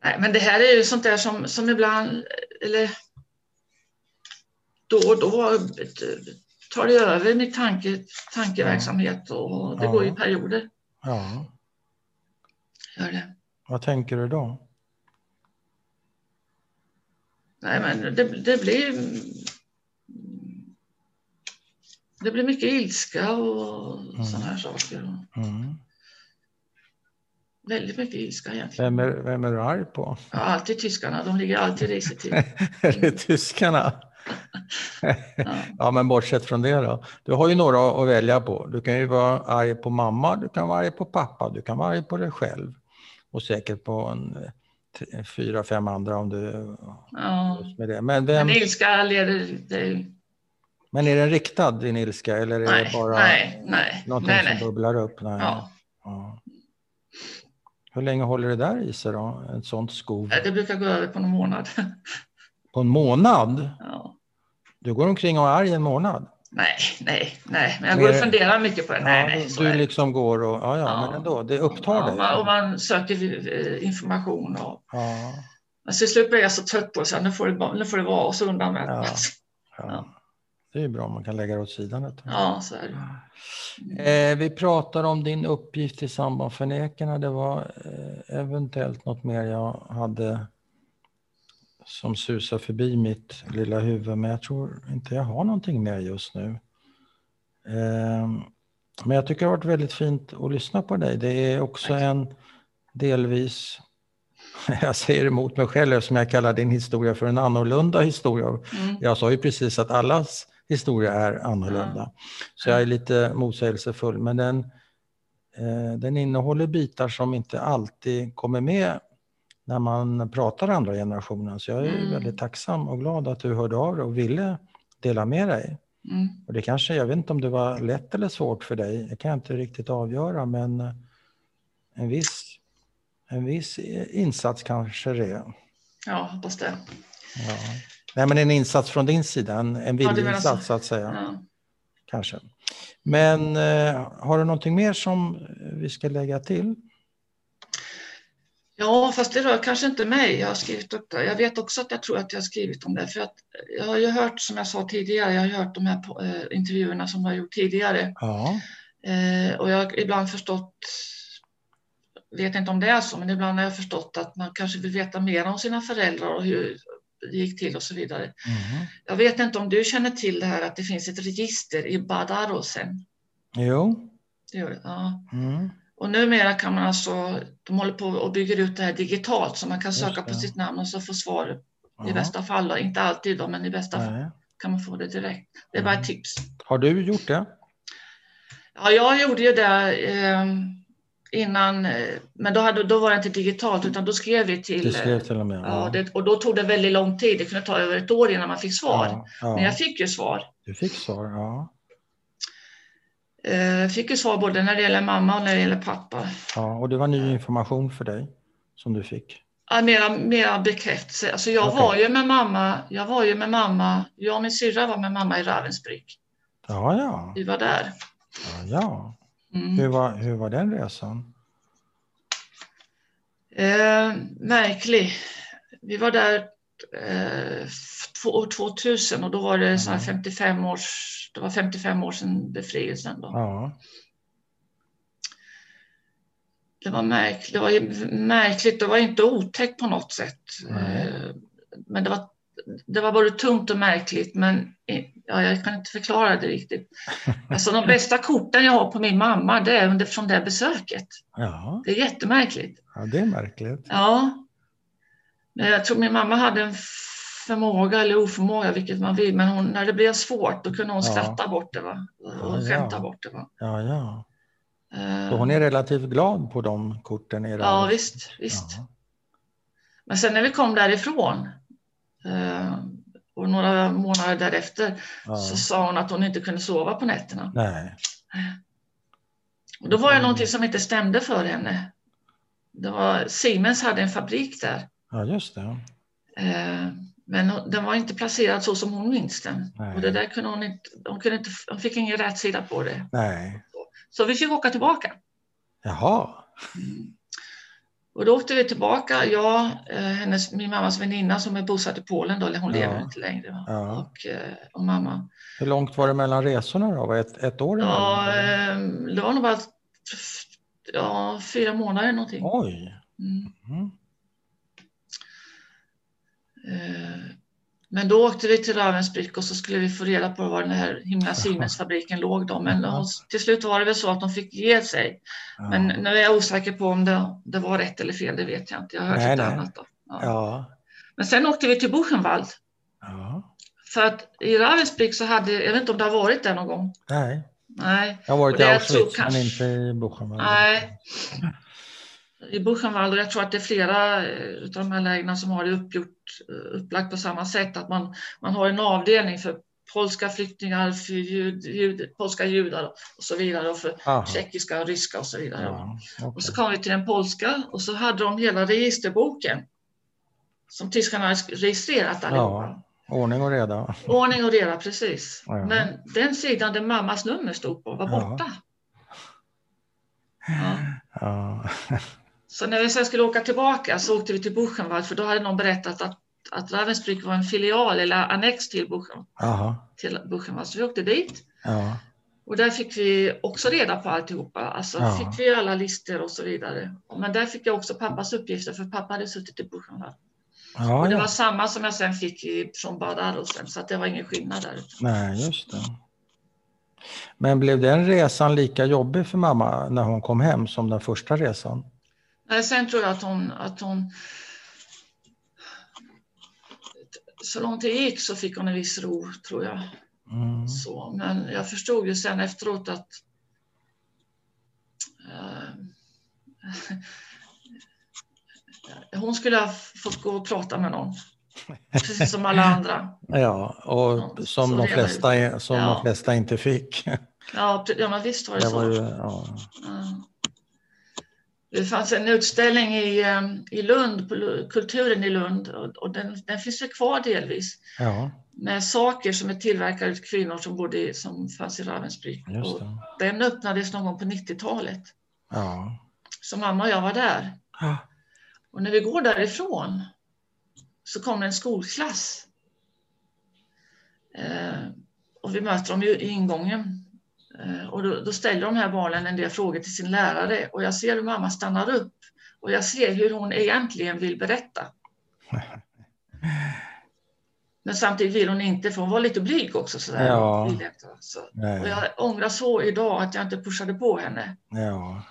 Speaker 2: Nej, men det här är ju sånt där som, som ibland, eller då och då tar det över min tanke, tankeverksamhet och det
Speaker 1: Ja.
Speaker 2: går i perioder.
Speaker 1: Ja,
Speaker 2: Gör det.
Speaker 1: vad tänker du då?
Speaker 2: Nej, men det, det blir det blir mycket ilska och
Speaker 1: Mm.
Speaker 2: sådana här saker.
Speaker 1: Mm.
Speaker 2: Väldigt mycket ilska egentligen.
Speaker 1: Vem, är, vem är du arg på?
Speaker 2: Ja, alltid tyskarna, de ligger alltid risigt till.
Speaker 1: är det tyskarna?
Speaker 2: Ja.
Speaker 1: Ja, men bortsett från det då. Du har ju några att välja på. Du kan ju vara arg på mamma, du kan vara arg på pappa, du kan vara arg på dig själv. Och säkert på en eh, t- fyra, fem andra om du...
Speaker 2: Ja.
Speaker 1: Med det. Men, vem,
Speaker 2: Men ilska leder... Det,
Speaker 1: men är den riktad, din ilska? Eller är
Speaker 2: nej,
Speaker 1: det bara
Speaker 2: nej, nej.
Speaker 1: någonting
Speaker 2: nej,
Speaker 1: som
Speaker 2: nej.
Speaker 1: bubblar upp? Nej.
Speaker 2: Ja.
Speaker 1: Ja. Hur länge håller det där i sig då? Ett sånt skov?
Speaker 2: Det brukar gå över på någon månad.
Speaker 1: På en månad?
Speaker 2: Ja.
Speaker 1: Du går omkring och är arg en månad?
Speaker 2: Nej, nej, nej. Men jag
Speaker 1: Men
Speaker 2: går
Speaker 1: är det-
Speaker 2: och funderar mycket på det. Nej, nej, så är
Speaker 1: du
Speaker 2: det.
Speaker 1: liksom går och... Ja, ja,
Speaker 2: Ja.
Speaker 1: men ändå. Det upptar
Speaker 2: Ja,
Speaker 1: dig?
Speaker 2: man, och man söker eh, information. Och,
Speaker 1: Ja,
Speaker 2: men till slut blir jag så trött på det, så här, nu får det, bara- nu får det vara och så undanmäler man
Speaker 1: Ja.
Speaker 2: sig.
Speaker 1: ja.
Speaker 2: Ja.
Speaker 1: Det är ju bra om man kan lägga det åt sidan ett tag.
Speaker 2: Ja, så är det.
Speaker 1: Eh, vi pratar om din uppgift i samband förnekarna. Det var eh, eventuellt något mer jag hade som susar förbi mitt lilla huvud, men jag tror inte jag har någonting mer just nu. Ehm, men jag tycker det har varit väldigt fint att lyssna på dig. Det är också en delvis, jag säger emot mig själv eftersom jag kallar din historia för en annorlunda historia.
Speaker 2: Mm.
Speaker 1: Jag sa ju precis att allas historia är annorlunda. Så jag är lite motsägelsefull. Men den, eh, den innehåller bitar som inte alltid kommer med när man pratar andra generationen. Så jag är
Speaker 2: Mm.
Speaker 1: väldigt tacksam och glad att du hörde av dig och ville dela med dig.
Speaker 2: Mm.
Speaker 1: Och det kanske, jag vet inte om det var lätt eller svårt för dig, det kan jag inte riktigt avgöra, men en viss, en viss insats kanske det är.
Speaker 2: Ja, hoppas det.
Speaker 1: Ja. Nej, men en insats från din sida, en, en
Speaker 2: menar
Speaker 1: viljeinsats
Speaker 2: så.
Speaker 1: så att säga.
Speaker 2: Ja.
Speaker 1: Kanske. Men eh, har du någonting mer som vi ska lägga till?
Speaker 2: ja, fast det rör kanske inte mig. Jag har skrivit upp det. Jag vet också att jag tror att jag har skrivit om det. För att jag har ju hört, som jag sa tidigare, jag har ju hört de här po- eh, intervjuerna som jag har gjort tidigare.
Speaker 1: Ja.
Speaker 2: Eh, och jag har ibland förstått, vet inte om det är så, men ibland har jag förstått att man kanske vill veta mer om sina föräldrar och hur det gick till och så vidare.
Speaker 1: Mhm.
Speaker 2: Jag vet inte om du känner till det här att det finns ett register i Badarosen.
Speaker 1: Jo.
Speaker 2: Det gör det, ja.
Speaker 1: Mm.
Speaker 2: Och numera kan man alltså, de håller på och bygger ut det här digitalt så man kan
Speaker 1: Just
Speaker 2: söka på
Speaker 1: det.
Speaker 2: sitt namn och så få svar i
Speaker 1: Ja.
Speaker 2: bästa fall, då. inte alltid då, men i bästa fall
Speaker 1: Nej.
Speaker 2: kan man få det direkt. Det är bara
Speaker 1: Mm.
Speaker 2: ett tips.
Speaker 1: Har du gjort det?
Speaker 2: Ja, jag gjorde ju det eh, innan, eh, men då, hade, då var det inte digitalt utan då skrev vi till...
Speaker 1: Du skrev
Speaker 2: eh,
Speaker 1: till och med?
Speaker 2: ja, det, och då tog det väldigt lång tid, det kunde ta över ett år innan man fick svar.
Speaker 1: Ja,
Speaker 2: Men
Speaker 1: ja.
Speaker 2: jag fick ju svar.
Speaker 1: Du fick svar, ja.
Speaker 2: Eh, fick ju svar både när det gäller mamma och när det gäller pappa.
Speaker 1: ja. Och det var ny information för dig som du fick?
Speaker 2: Ja, mera, mera bekräftelse. Alltså jag,
Speaker 1: Okej.
Speaker 2: var ju med mamma, jag var ju med mamma, jag och min syrra var med mamma i Ravensbrück.
Speaker 1: Ja, ja.
Speaker 2: Vi var där.
Speaker 1: ja, ja.
Speaker 2: Mm.
Speaker 1: Hur, var, hur var den resan?
Speaker 2: Eh, märklig. Vi var där eh, f- två- år 2000 och då var det, så här
Speaker 1: Mm.
Speaker 2: 55, års, det var 55 år sedan befrielsen. Då.
Speaker 1: Ja.
Speaker 2: Det var, märk, det var ju märkligt, det var inte otäckt på något sätt.
Speaker 1: Nej.
Speaker 2: Eh, men det var, det var både tungt och märkligt, men eh, ja, jag kan inte förklara det riktigt. Alltså, de bästa korten jag har på min mamma, det är under, från det besöket.
Speaker 1: Ja.
Speaker 2: Det är jättemärkligt.
Speaker 1: ja, det är märkligt.
Speaker 2: Ja. Men jag tror min mamma hade en förmåga eller oförmåga, vilket man vill, men hon, när det blev svårt då kunde hon
Speaker 1: Ja.
Speaker 2: skratta bort det va? och
Speaker 1: Ja, ja.
Speaker 2: skämta bort det. Va?
Speaker 1: Ja, ja.
Speaker 2: Eh,
Speaker 1: Så hon är relativt glad på de korten? i det här?
Speaker 2: ja, visst. visst.
Speaker 1: Ja.
Speaker 2: Men sen när vi kom därifrån eh, och några månader därefter
Speaker 1: Ja.
Speaker 2: så sa hon att hon inte kunde sova på nätterna.
Speaker 1: Nej.
Speaker 2: Och då var det
Speaker 1: Mm.
Speaker 2: någonting som inte stämde för henne. Det var, Siemens hade en fabrik där,
Speaker 1: Ja, just det.
Speaker 2: eh, men hon- den var inte placerad så som hon minns den.
Speaker 1: Nej.
Speaker 2: Och det där kunde hon inte, hon, kunde inte, hon fick ingen rätt sida på det.
Speaker 1: Nej.
Speaker 2: Så vi fick åka tillbaka.
Speaker 1: Jaha.
Speaker 2: Och då åkte vi tillbaka, jag, eh, hennes, min mammas väninna som är bosatt i Polen, då, eller hon
Speaker 1: Ja.
Speaker 2: lever inte längre, va?
Speaker 1: Ja.
Speaker 2: och, eh, och mamma.
Speaker 1: Hur långt var det mellan resorna då? Var det ett, ett år
Speaker 2: Ja,
Speaker 1: emellan?
Speaker 2: ehm, det var nog bara f- ja, fyra månader någonting.
Speaker 1: Oj.
Speaker 2: Mm.
Speaker 1: Mm.
Speaker 2: Eh, Men då åkte vi till Ravensbrück och så skulle vi få reda på var den här himla Siemens-fabriken låg. Då. Men
Speaker 1: Ja.
Speaker 2: hos- till slut var det väl så att de fick ge sig.
Speaker 1: Ja.
Speaker 2: Men nu är jag osäker på om det, det var rätt eller fel, det vet jag inte. Jag har hört
Speaker 1: Nej,
Speaker 2: lite
Speaker 1: nej.
Speaker 2: annat. Då. Ja.
Speaker 1: ja.
Speaker 2: Men sen åkte vi till Buchenwald.
Speaker 1: ja.
Speaker 2: För att i Ravensbrück så hade, jag vet inte om det har varit där någon gång.
Speaker 1: Nej.
Speaker 2: Nej.
Speaker 1: Jag har varit
Speaker 2: Och
Speaker 1: i
Speaker 2: det jag tror
Speaker 1: Auschwitz, men
Speaker 2: kanske-
Speaker 1: inte i Buchenwald.
Speaker 2: Nej. i Buchenwald och jag tror att det är flera eh, av de här lägren som har det uppgjort, eh, upplagt på samma sätt. Att man, man har en avdelning för polska flyktingar, för jud, jud, polska judar och så vidare och för
Speaker 1: Aha.
Speaker 2: tjeckiska och ryska och så vidare.
Speaker 1: Ja,
Speaker 2: Och
Speaker 1: okej.
Speaker 2: så kom vi till den polska och så hade de hela registerboken som tyskarna hade sk- registrerat allihopa.
Speaker 1: Ordning och reda.
Speaker 2: Ordning och reda, precis.
Speaker 1: Ja.
Speaker 2: Men den sidan där mammas nummer stod på var
Speaker 1: Ja.
Speaker 2: borta. Ja.
Speaker 1: Ja.
Speaker 2: Så när vi sen skulle åka tillbaka så åkte vi till Buchenwald för då hade någon berättat att, att Ravensbrück var en filial eller annex till Buchen-
Speaker 1: Aha.
Speaker 2: till Buchenwald. Så vi åkte dit
Speaker 1: Ja.
Speaker 2: och där fick vi också reda på alltihopa. Alltså
Speaker 1: Ja.
Speaker 2: fick vi alla listor och så vidare. Men där fick jag också pappas uppgifter för pappa hade suttit i Buchenwald.
Speaker 1: Ja,
Speaker 2: Och det
Speaker 1: ja.
Speaker 2: var samma som jag sen fick i, från Bad Arolsen så att det var ingen skillnad där.
Speaker 1: Nej, just det. Men blev den resan lika jobbig för mamma när hon kom hem som den första resan?
Speaker 2: Nej, sen tror jag att hon, att hon... Så långt det gick så fick hon en viss ro, tror jag.
Speaker 1: Mm.
Speaker 2: Så, men jag förstod ju sen efteråt att eh, hon skulle ha fått gå och prata med någon. Precis som alla andra.
Speaker 1: Ja,
Speaker 2: Ja,
Speaker 1: och som,
Speaker 2: så
Speaker 1: de
Speaker 2: det var ju-
Speaker 1: flesta, som
Speaker 2: Ja.
Speaker 1: de flesta inte fick.
Speaker 2: Ja, pre- ja men visst var det,
Speaker 1: Det
Speaker 2: så.
Speaker 1: var ju, ja.
Speaker 2: Ja. Det fanns en utställning i, eh, i Lund, på Lu- Kulturen i Lund, och och den, den finns ju kvar delvis.
Speaker 1: ja,
Speaker 2: Med saker som är tillverkade av kvinnor som, bodde, i- som fanns i Ravensbrück.
Speaker 1: just
Speaker 2: Och
Speaker 1: det.
Speaker 2: Den öppnades någon gång på 90-talet.
Speaker 1: Ja.
Speaker 2: Så mamma och jag var där.
Speaker 1: Ja.
Speaker 2: Och när vi går därifrån så kommer en skolklass. Eh, och vi möter dem ju i ingången. Eh, och då, då ställer de här barnen en del frågor till sin lärare. Och jag ser hur mamma stannar upp. Och jag ser hur hon egentligen vill berätta. Men samtidigt vill hon inte, för hon var lite blyg också. Sådär.
Speaker 1: Ja.
Speaker 2: Vill inte, Så. Och
Speaker 1: Nej.
Speaker 2: jag ångrar så idag att jag inte pushade på henne
Speaker 1: Ja.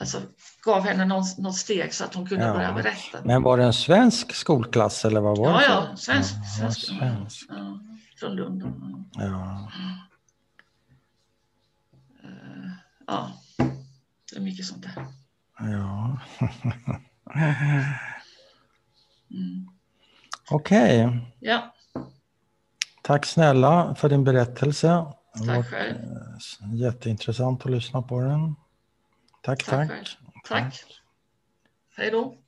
Speaker 2: alltså, gav henne något, något steg så att hon kunde
Speaker 1: Ja.
Speaker 2: börja berätta.
Speaker 1: Men var det en svensk skolklass eller vad var
Speaker 2: Ja,
Speaker 1: det? för-
Speaker 2: ja, svensk.
Speaker 1: Ja,
Speaker 2: svensk.
Speaker 1: svensk.
Speaker 2: Ja, från Lund. Mm.
Speaker 1: Ja.
Speaker 2: Eh, Ja, det är mycket sånt där.
Speaker 1: ja.
Speaker 2: Mm.
Speaker 1: Okej,
Speaker 2: Ja,
Speaker 1: tack snälla för din berättelse. Det
Speaker 2: tack
Speaker 1: var
Speaker 2: själv.
Speaker 1: Eh, jätteintressant att lyssna på den. Tack,
Speaker 2: Tack
Speaker 1: tack.
Speaker 2: själv. Tack. Hej då.